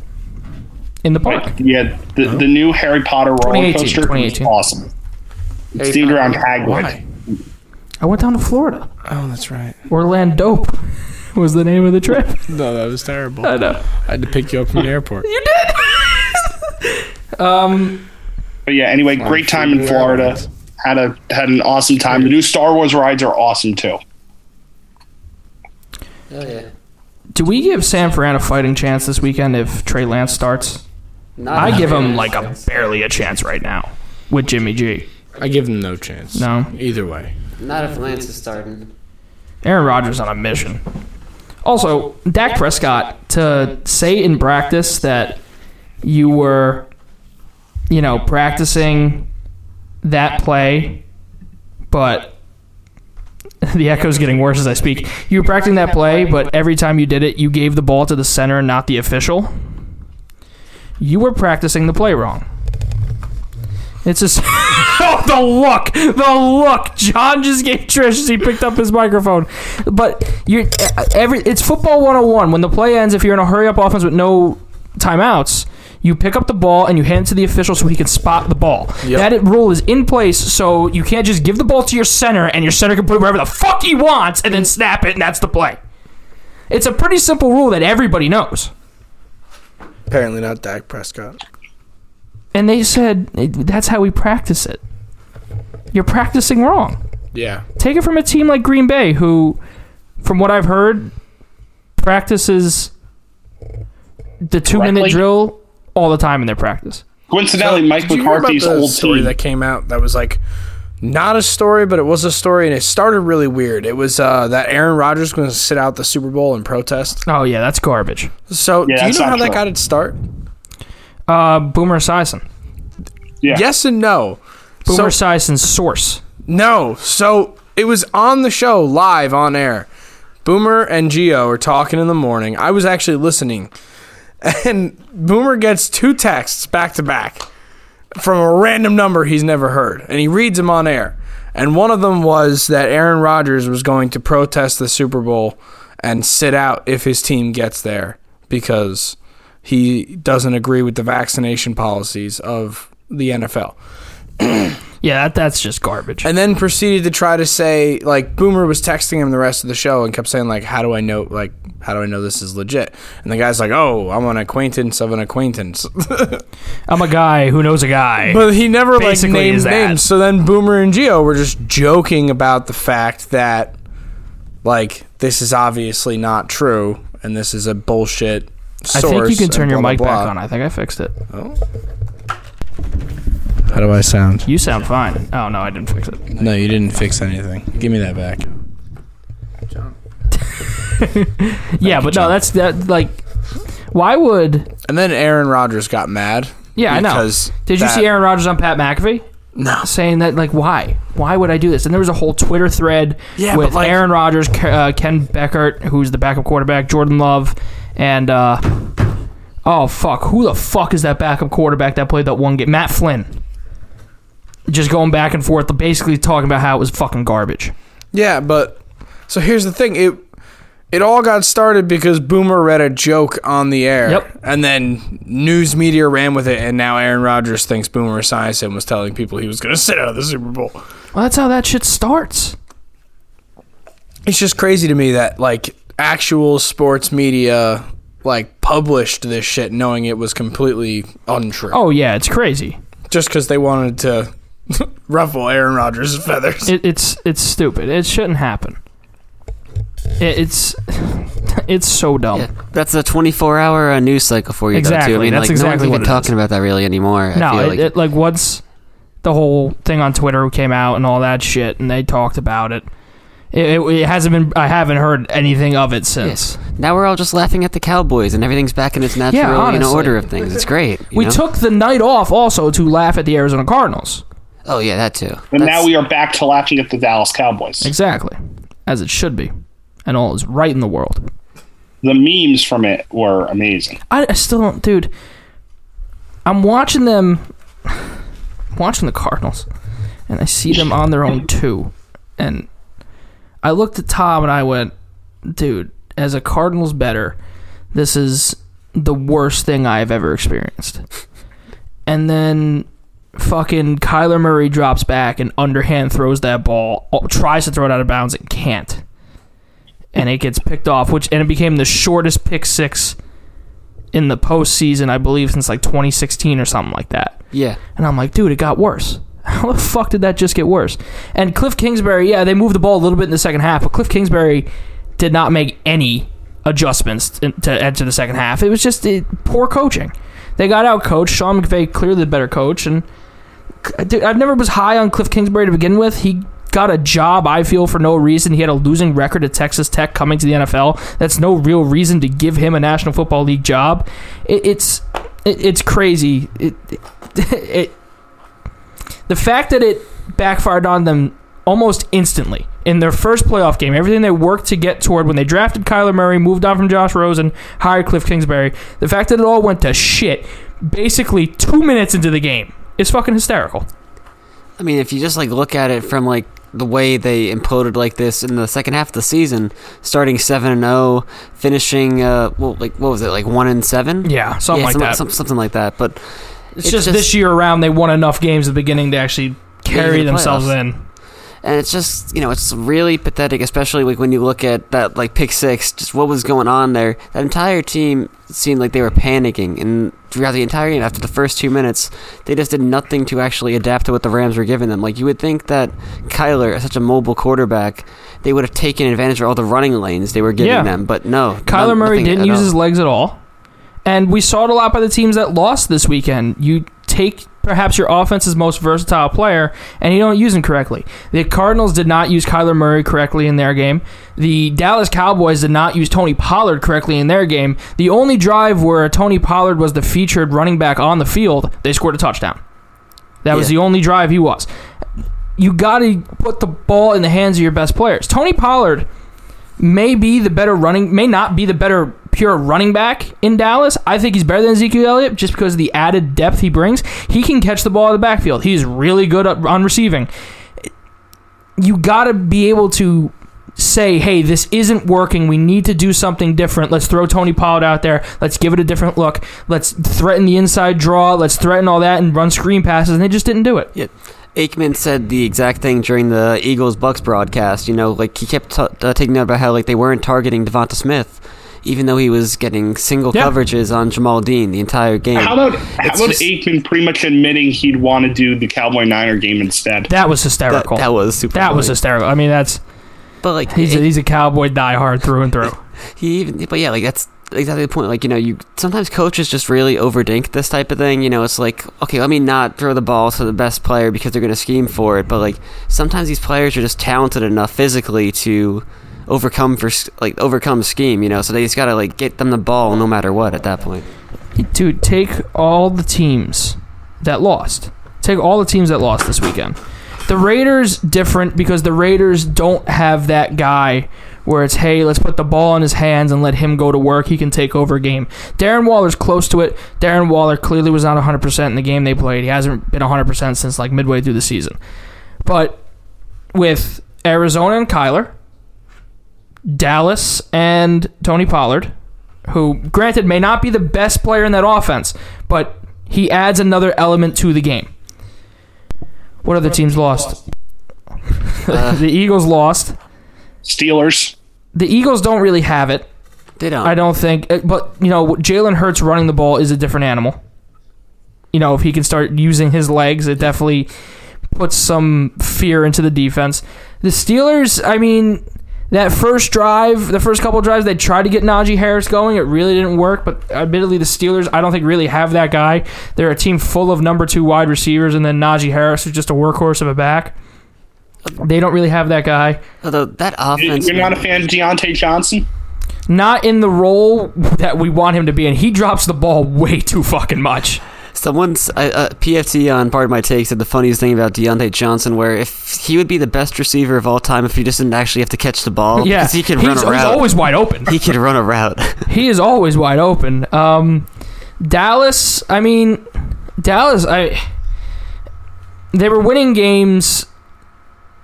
Speaker 1: in the park.
Speaker 5: Wait, yeah, the, the new Harry Potter
Speaker 1: 2018,
Speaker 5: roller coaster is
Speaker 1: 2018.
Speaker 5: awesome. It's themed around Hagrid.
Speaker 8: I went down to Florida.
Speaker 3: Oh, that's right.
Speaker 8: Orlando was the name of the trip.
Speaker 3: No, that was terrible.
Speaker 8: I
Speaker 3: I
Speaker 8: know.
Speaker 3: had to pick you up from the airport.
Speaker 8: You did. um,
Speaker 5: But yeah, anyway, great time in Florida. Had a had an awesome time. The new Star Wars rides are awesome too.
Speaker 2: Oh yeah.
Speaker 8: do we give San Fran a fighting chance this weekend if Trey Lance starts?
Speaker 2: Not
Speaker 8: I give him
Speaker 2: bad.
Speaker 8: like a barely a chance right now with Jimmy G.
Speaker 3: I give them no chance.
Speaker 8: No,
Speaker 3: Either way.
Speaker 2: Not if Lance is starting.
Speaker 8: Aaron Rodgers on a mission. Also, Dak Prescott to say in practice that you were, you know, practicing that play, but the echo's getting worse as I speak. You were practicing that play, but every time you did it, you gave the ball to the center and not the official. You were practicing the play wrong. It's just oh, the look, the look. John just gave Trish as he picked up his microphone. But you, every it's football 101. When the play ends, if you're in a hurry up offense with no timeouts, you pick up the ball and you hand it to the official so he can spot the ball. That rule is in place, so you can't just give the ball to your center and your center can put it wherever the fuck he wants and then snap it and that's the play. It's a pretty simple rule that everybody knows.
Speaker 3: Apparently not Dak Prescott.
Speaker 8: And they said that's how we practice it. You're practicing wrong.
Speaker 3: Yeah.
Speaker 8: take it from a team like Green Bay, who, from what I've heard, practices the two minute
Speaker 5: Correctly.
Speaker 8: drill all the time in their practice.
Speaker 5: Coincidentally, Mike
Speaker 3: Did you hear about
Speaker 5: McCarthy's
Speaker 3: the
Speaker 5: old
Speaker 3: story
Speaker 5: team.
Speaker 3: that came out that was like not a story, but it was a story, and it started really weird. It was uh, that Aaron Rodgers going to sit out the Super Bowl and protest.
Speaker 8: Oh yeah, that's garbage.
Speaker 3: So,
Speaker 5: Yeah,
Speaker 3: do you
Speaker 5: that's
Speaker 3: know
Speaker 5: not
Speaker 3: how that
Speaker 5: true.
Speaker 3: got its start?
Speaker 8: Uh, Boomer Sison.
Speaker 5: Yeah.
Speaker 3: Yes and no.
Speaker 8: Boomer
Speaker 3: so,
Speaker 8: Sison's source.
Speaker 3: no. So it was on the show live on air. Boomer and Geo are talking in the morning. I was actually listening, and Boomer gets two texts back to back from a random number he's never heard, and he reads them on air. And one of them was that Aaron Rodgers was going to protest the Super Bowl and sit out if his team gets there because he doesn't agree with the vaccination policies of the NFL.
Speaker 8: Yeah, that, that's just garbage.
Speaker 3: and then proceeded to try to say like boomer was texting him the rest of the show and kept saying like how do i know like how do i know this is legit and the guy's like oh i'm an acquaintance of an acquaintance
Speaker 8: I'm a guy who knows a guy.
Speaker 3: but he never like
Speaker 8: Basically is
Speaker 3: named
Speaker 8: that.
Speaker 3: names so then boomer and geo were just joking about the fact that like this is obviously not true and this is a bullshit
Speaker 8: I
Speaker 3: source
Speaker 8: think you can turn
Speaker 3: and
Speaker 8: your
Speaker 3: blah,
Speaker 8: mic
Speaker 3: blah,
Speaker 8: back
Speaker 3: blah.
Speaker 8: on. I think I fixed it.
Speaker 3: how do i sound
Speaker 8: You sound fine. Oh no, I didn't fix it.
Speaker 3: no you didn't fix anything give me that back
Speaker 8: Yeah, but no, that's that. Like, why would?
Speaker 3: and then aaron rodgers got mad
Speaker 8: Yeah, I know.
Speaker 3: because
Speaker 8: Did you
Speaker 3: that-
Speaker 8: see Aaron Rodgers on Pat McAfee?
Speaker 3: no
Speaker 8: saying that like why why would I do this? And there was a whole Twitter thread
Speaker 3: Yeah,
Speaker 8: with
Speaker 3: but, like-
Speaker 8: Aaron Rodgers, Ke- uh, Ken Beckert, who's the backup quarterback, Jordan Love, and uh, oh fuck, who the fuck is that backup quarterback that played that one game? Matt Flynn. Just going back and forth, basically talking about how it was fucking garbage.
Speaker 3: Yeah, but so here's the thing. It it all got started because Boomer read a joke on the air.
Speaker 8: Yep.
Speaker 3: And then news media ran with it and now Aaron Rodgers thinks Boomer Science was telling people he was gonna sit out of the Super Bowl.
Speaker 8: Well, that's how that shit starts.
Speaker 3: It's just crazy to me that like actual sports media like published this shit knowing it was completely untrue.
Speaker 8: Oh yeah, it's crazy.
Speaker 3: Just because they wanted to ruffle Aaron Rodgers' feathers.
Speaker 8: It, it's it's stupid. It shouldn't happen. It, it's it's so dumb.
Speaker 2: Yeah, that's a 24-hour uh, news cycle for you.
Speaker 8: Exactly,
Speaker 2: Though, too. I mean,
Speaker 8: that's
Speaker 2: like,
Speaker 8: exactly
Speaker 2: no
Speaker 8: what
Speaker 2: one's
Speaker 8: it
Speaker 2: even talking about that really anymore. I
Speaker 8: no,
Speaker 2: feel
Speaker 8: it,
Speaker 2: like
Speaker 8: it, like once the whole thing on Twitter came out and all that shit, and they talked about it. It, it, it hasn't been. I haven't heard anything of it since.
Speaker 2: now we're all just laughing at the Cowboys and everything's back in its natural you
Speaker 8: honestly.
Speaker 2: know, order of things. It's great. you
Speaker 8: We
Speaker 2: know?
Speaker 8: took the night off also to laugh at the Arizona Cardinals.
Speaker 2: Oh yeah, that too.
Speaker 5: and
Speaker 2: That's-
Speaker 5: now we are back to laughing at the Dallas Cowboys.
Speaker 8: Exactly, as it should be, and all is right in the world.
Speaker 5: The memes from it were amazing.
Speaker 8: I, I still don't, dude. I'm watching them, watching the Cardinals, and I see them on their own too. And I looked at Tom and I went, dude, as a Cardinals better, this is the worst thing I've ever experienced. And then fucking Kyler Murray drops back and underhand throws that ball, oh, tries to throw it out of bounds and can't. And it gets picked off, which and it became the shortest pick six in the postseason, I believe, since like 2016 or something like that.
Speaker 2: Yeah.
Speaker 8: And I'm like, dude, it got worse. How the fuck did that just get worse? And Cliff Kingsbury, yeah, they moved the ball a little bit in the second half, but Cliff Kingsbury did not make any adjustments in- to enter the second half. It was just eh, poor coaching. They got out coached. Sean McVay clearly the better coach, and dude, I've never was high on Cliff Kingsbury to begin with. He got a job, I feel, for no reason. He had a losing record at Texas Tech coming to the NFL. That's no real reason to give him a National Football League job. It, it's it, it's crazy. It, it, it the fact that it backfired on them almost instantly in their first playoff game. Everything they worked to get toward when they drafted Kyler Murray, moved on from Josh Rosen, hired Cliff Kingsbury. The fact that it all went to shit basically two minutes into the game is fucking hysterical.
Speaker 2: I mean, if you just like look at it from like the way they imploded like this in the second half of the season, starting seven and zero, finishing uh, well, like what was it, like one and seven?
Speaker 8: Yeah, something like
Speaker 2: some-
Speaker 8: that.
Speaker 2: some- something like that. But
Speaker 8: it's, just, this year around they won enough games at the beginning to actually carry
Speaker 2: the
Speaker 8: themselves
Speaker 2: playoffs.
Speaker 8: in.
Speaker 2: and it's just you know it's really pathetic especially like when you look at that like pick six just what was going on there that entire team seemed like they were panicking and throughout the entire game after the first two minutes they just did nothing to actually adapt to what the rams were giving them like you would think that kyler is such a mobile quarterback they would have taken advantage of all the running lanes they were giving
Speaker 8: Yeah.
Speaker 2: them but no
Speaker 8: Kyler
Speaker 2: none-
Speaker 8: Murray
Speaker 2: nothing
Speaker 8: didn't
Speaker 2: at
Speaker 8: use
Speaker 2: all.
Speaker 8: his legs at all. And we saw it a lot by the teams that lost this weekend. You take perhaps your offense's most versatile player and you don't use him correctly. The Cardinals did not use Kyler Murray correctly in their game. The Dallas Cowboys did not use Tony Pollard correctly in their game. The only drive where Tony Pollard was the featured running back on the field, they scored a touchdown. That was
Speaker 2: Yeah.
Speaker 8: the only drive he was. You got to put the ball in the hands of your best players. Tony Pollard may be the better running, may not be the better pure running back in Dallas. I think he's better than Ezekiel Elliott just because of the added depth he brings. He can catch the ball out of the backfield. He's really good at, on receiving. You got to be able to say, hey, this isn't working. We need to do something different. Let's throw Tony Pollard out there. Let's give it a different look. Let's threaten the inside draw. Let's threaten all that and run screen passes. And they just didn't do it.
Speaker 2: Yeah. Aikman said the exact thing during the Eagles Bucks broadcast. You know, like he kept t- uh, taking note about how like they weren't targeting Devonta Smith, even though he was getting single
Speaker 8: Yeah.
Speaker 2: coverages on Jamal Dean the entire game.
Speaker 5: How about how
Speaker 2: It's
Speaker 5: about
Speaker 2: just-
Speaker 5: Aikman pretty much admitting he'd want to do the Cowboy Niner game instead?
Speaker 8: That was
Speaker 2: that,
Speaker 8: hysterical.
Speaker 2: that was super.
Speaker 8: That was
Speaker 2: funny.
Speaker 8: hysterical. I mean, that's
Speaker 2: but like
Speaker 8: he's a,
Speaker 2: he,
Speaker 8: he's a cowboy diehard through and through.
Speaker 2: he even but yeah like that's exactly the point. Like you know you sometimes coaches just really overdink this type of thing. You know it's like okay let me not throw the ball to the best player because they're going to scheme for it. But like sometimes these players are just talented enough physically to overcome for s- like overcome scheme. You know so they just got to like get them the ball no matter what at that point.
Speaker 8: Dude, take all the teams that lost. Take all the teams that lost this weekend. The Raiders different because the Raiders don't have that guy where it's hey, let's put the ball in his hands and let him go to work. He can take over a game. Darren Waller's close to it. Darren Waller clearly was not 100% in the game they played. He hasn't been 100% since like midway through the season. But with Arizona and Kyler, Dallas and Tony Pollard, who, granted, may not be the best player in that offense, but he adds another element to the game. What other teams lost? the Eagles lost.
Speaker 5: Steelers.
Speaker 8: The Eagles don't really have it,
Speaker 2: They don't.
Speaker 8: I don't think. uh, But, you know, Jalen Hurts running the ball is a different animal. You know, if he can start using his legs, it definitely puts some fear into the defense. The Steelers, I mean, that first drive, the first couple drives, they tried to get Najee Harris going. It really didn't work. But admittedly, the Steelers, I don't think really have that guy. They're a team full of number two wide receivers, and then Najee Harris is just a workhorse of a back. They don't really have that guy.
Speaker 2: Although that offense,
Speaker 5: You're not a fan of Deontay Johnson?
Speaker 8: Not in the role that we want him to be in. He drops the ball way too fucking much.
Speaker 2: someone's uh, uh, PFT on part of my take said the funniest thing about Deontay Johnson, where if he would be the best receiver of all time if he just didn't actually have to catch the ball,
Speaker 8: Yeah,
Speaker 2: because Oh, he could
Speaker 8: he's,
Speaker 2: run a
Speaker 8: he's
Speaker 2: route.
Speaker 8: always wide open.
Speaker 2: he could run a route.
Speaker 8: he is always wide open. Um, Dallas, I mean, Dallas, I they were winning games,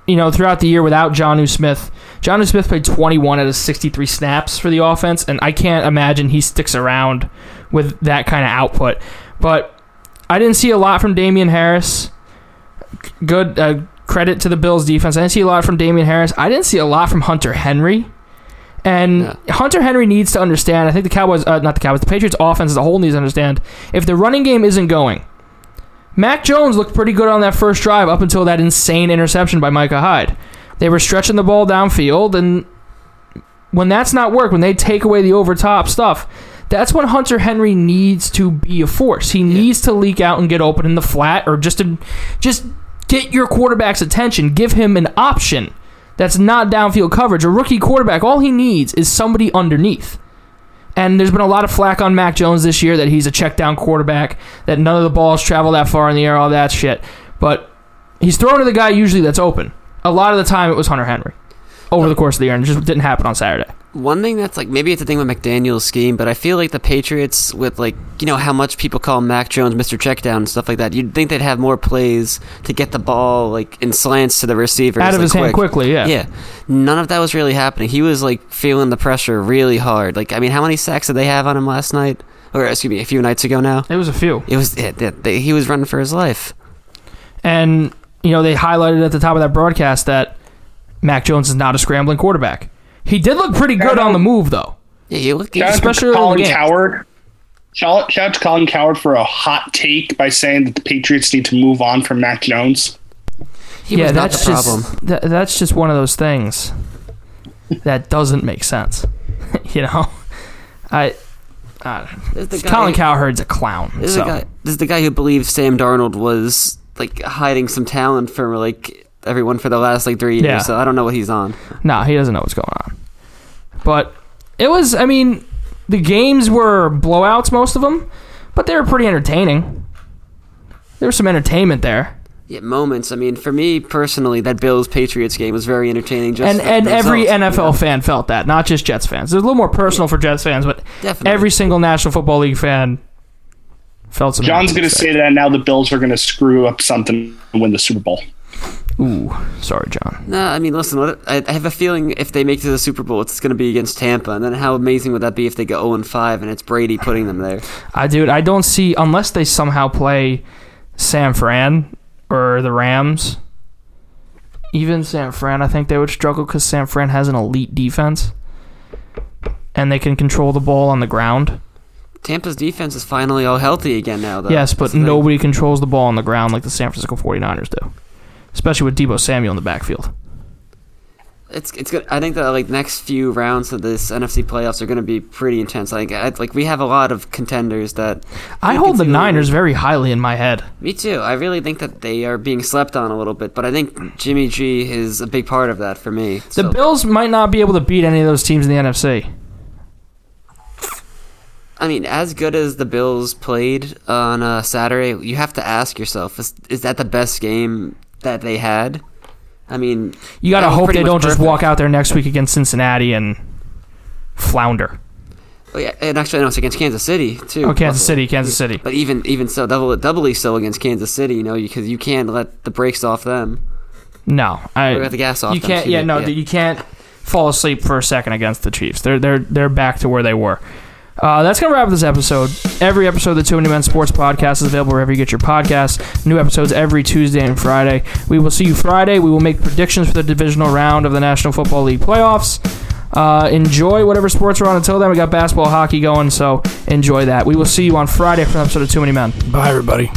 Speaker 8: you know, throughout the year without Johnu Smith. Johnu Smith played 21 out of 63 snaps for the offense, and I can't imagine he sticks around with that kind of output. But I didn't see a lot from Damian Harris. Good uh, credit to the Bills defense. I didn't see a lot from Damian Harris. I didn't see a lot from Hunter Henry. And Hunter Henry needs to understand. I think the Cowboys, uh, not the Cowboys, the Patriots offense as a whole needs to understand if the running game isn't going. Mac Jones looked pretty good on that first drive up until that insane interception by Micah Hyde. They were stretching the ball downfield, and when that's not work, when they take away the overtop stuff, that's when Hunter Henry needs to be a force. He needs to leak out and get open in the flat, or just to just get your quarterback's attention. Give him an option that's not downfield coverage. A rookie quarterback, all he needs is somebody underneath. And there's been a lot of flack on Mac Jones this year that he's a check down quarterback, that none of the balls travel that far in the air, all that shit. But he's throwing to the guy usually that's open. A lot of the time it was Hunter Henry over the course of the year, and it just didn't happen on Saturday.
Speaker 2: One thing that's like maybe it's a thing with McDaniel's scheme, but I feel like the Patriots with like you know how much people call Mac Jones Mr. Checkdown and stuff like that. You'd think they'd have more plays to get the ball like in slants to the receiver
Speaker 8: Out of his hand quickly, yeah.
Speaker 2: yeah. None of that was really happening. He was like feeling the pressure really hard. Like I mean, how many sacks did they have on him last night? Or excuse me, a few nights ago now.
Speaker 8: It was a few.
Speaker 2: It was it, it, they, he was running for his life.
Speaker 8: And, you know, they highlighted at the top of that broadcast that Mac Jones is not a scrambling quarterback. He did look pretty good on the move, though.
Speaker 2: Yeah, you look.
Speaker 5: Shout out to
Speaker 8: Especially early
Speaker 5: Colin
Speaker 8: games.
Speaker 5: Coward. Shout, shout out to Colin Coward for a hot take by saying that the Patriots need to move on from Mac Jones.
Speaker 2: He
Speaker 8: yeah,
Speaker 2: was not the
Speaker 8: that's
Speaker 2: problem.
Speaker 8: just tha- that's just one of those things that doesn't make sense. you know, I, I
Speaker 2: There's the guy-
Speaker 8: Colin Cowherd's a clown.
Speaker 2: This is,
Speaker 8: so.
Speaker 2: the guy, this is the guy who believed Sam Darnold was like hiding some talent from like everyone for the last like three years.
Speaker 8: Yeah.
Speaker 2: So I don't know what he's on.
Speaker 8: No, he doesn't know what's going on. But it was, I mean, the games were blowouts, most of them, but they were pretty entertaining. There was some entertainment there.
Speaker 2: Yeah, moments. I mean, for me personally, that Bills Patriots game was very entertaining. Just
Speaker 8: And
Speaker 2: the-
Speaker 8: and
Speaker 2: the
Speaker 8: every
Speaker 2: results,
Speaker 8: NFL
Speaker 2: you know?
Speaker 8: fan felt that, not just Jets fans. There's a little more personal for Jets fans, but
Speaker 2: Definitely.
Speaker 8: every single National Football League fan felt some.
Speaker 5: John's
Speaker 8: emotions
Speaker 5: going to say that now the Bills are going to screw up something and win the Super Bowl.
Speaker 8: there. "Ooh, sorry, John."
Speaker 2: No, I mean, listen. What, I, I have a feeling if they make it to the Super Bowl, it's going to be against Tampa. And then how amazing would that be if they go 0 and 5 and it's Brady putting them there?
Speaker 8: I dude, I don't see unless they somehow play San Fran or the Rams. Even San Fran, I think they would struggle because San Fran has an elite defense, and they can control the ball on the ground.
Speaker 2: Tampa's defense is finally all healthy again now, though.
Speaker 8: yes, but
Speaker 2: That's the thing.
Speaker 8: nobody controls the ball on the ground like the San Francisco 49ers do, especially with Debo Samuel in the backfield.
Speaker 2: It's it's good. I think that like next few rounds of this NFC playoffs are going to be pretty intense. Like I, like we have a lot of contenders that
Speaker 8: I
Speaker 2: you
Speaker 8: hold
Speaker 2: can
Speaker 8: the
Speaker 2: see-
Speaker 8: Niners very highly in my head.
Speaker 2: Me too. I really think that they are being slept on a little bit, but I think Jimmy G is a big part of that for me.
Speaker 8: The
Speaker 2: So,
Speaker 8: Bills might not be able to beat any of those teams in the NFC.
Speaker 2: I mean, as good as the Bills played on uh, Saturday, you have to ask yourself: is, is that the best game that they had? I mean,
Speaker 8: You got to
Speaker 2: that was
Speaker 8: hope
Speaker 2: pretty
Speaker 8: they
Speaker 2: much
Speaker 8: don't just
Speaker 2: perfect.
Speaker 8: walk out there next week against Cincinnati and flounder.
Speaker 2: Oh, yeah, and actually, no, it's against Kansas City too.
Speaker 8: Oh, Kansas
Speaker 2: Buffalo.
Speaker 8: City, Kansas City.
Speaker 2: But even even so, double doubly so against Kansas City, you know, because you can't let the brakes off them.
Speaker 8: No, I
Speaker 2: We got the gas off
Speaker 8: You
Speaker 2: them,
Speaker 8: can't.
Speaker 2: so
Speaker 8: Yeah,
Speaker 2: you-
Speaker 8: no,
Speaker 2: yeah.
Speaker 8: you can't fall asleep for a second against the Chiefs. They're they're they're back to where they were. Uh, that's gonna wrap up this episode. Every episode of the Too Many Men Sports Podcast is available wherever you get your podcasts. New episodes every Tuesday and Friday. We will see you Friday. We will make predictions for the divisional round of the National Football League playoffs. Uh, enjoy whatever sports are on until then. We got basketball, hockey going, so enjoy that. We will see you on Friday for an episode of Too Many Men.
Speaker 9: Bye, everybody.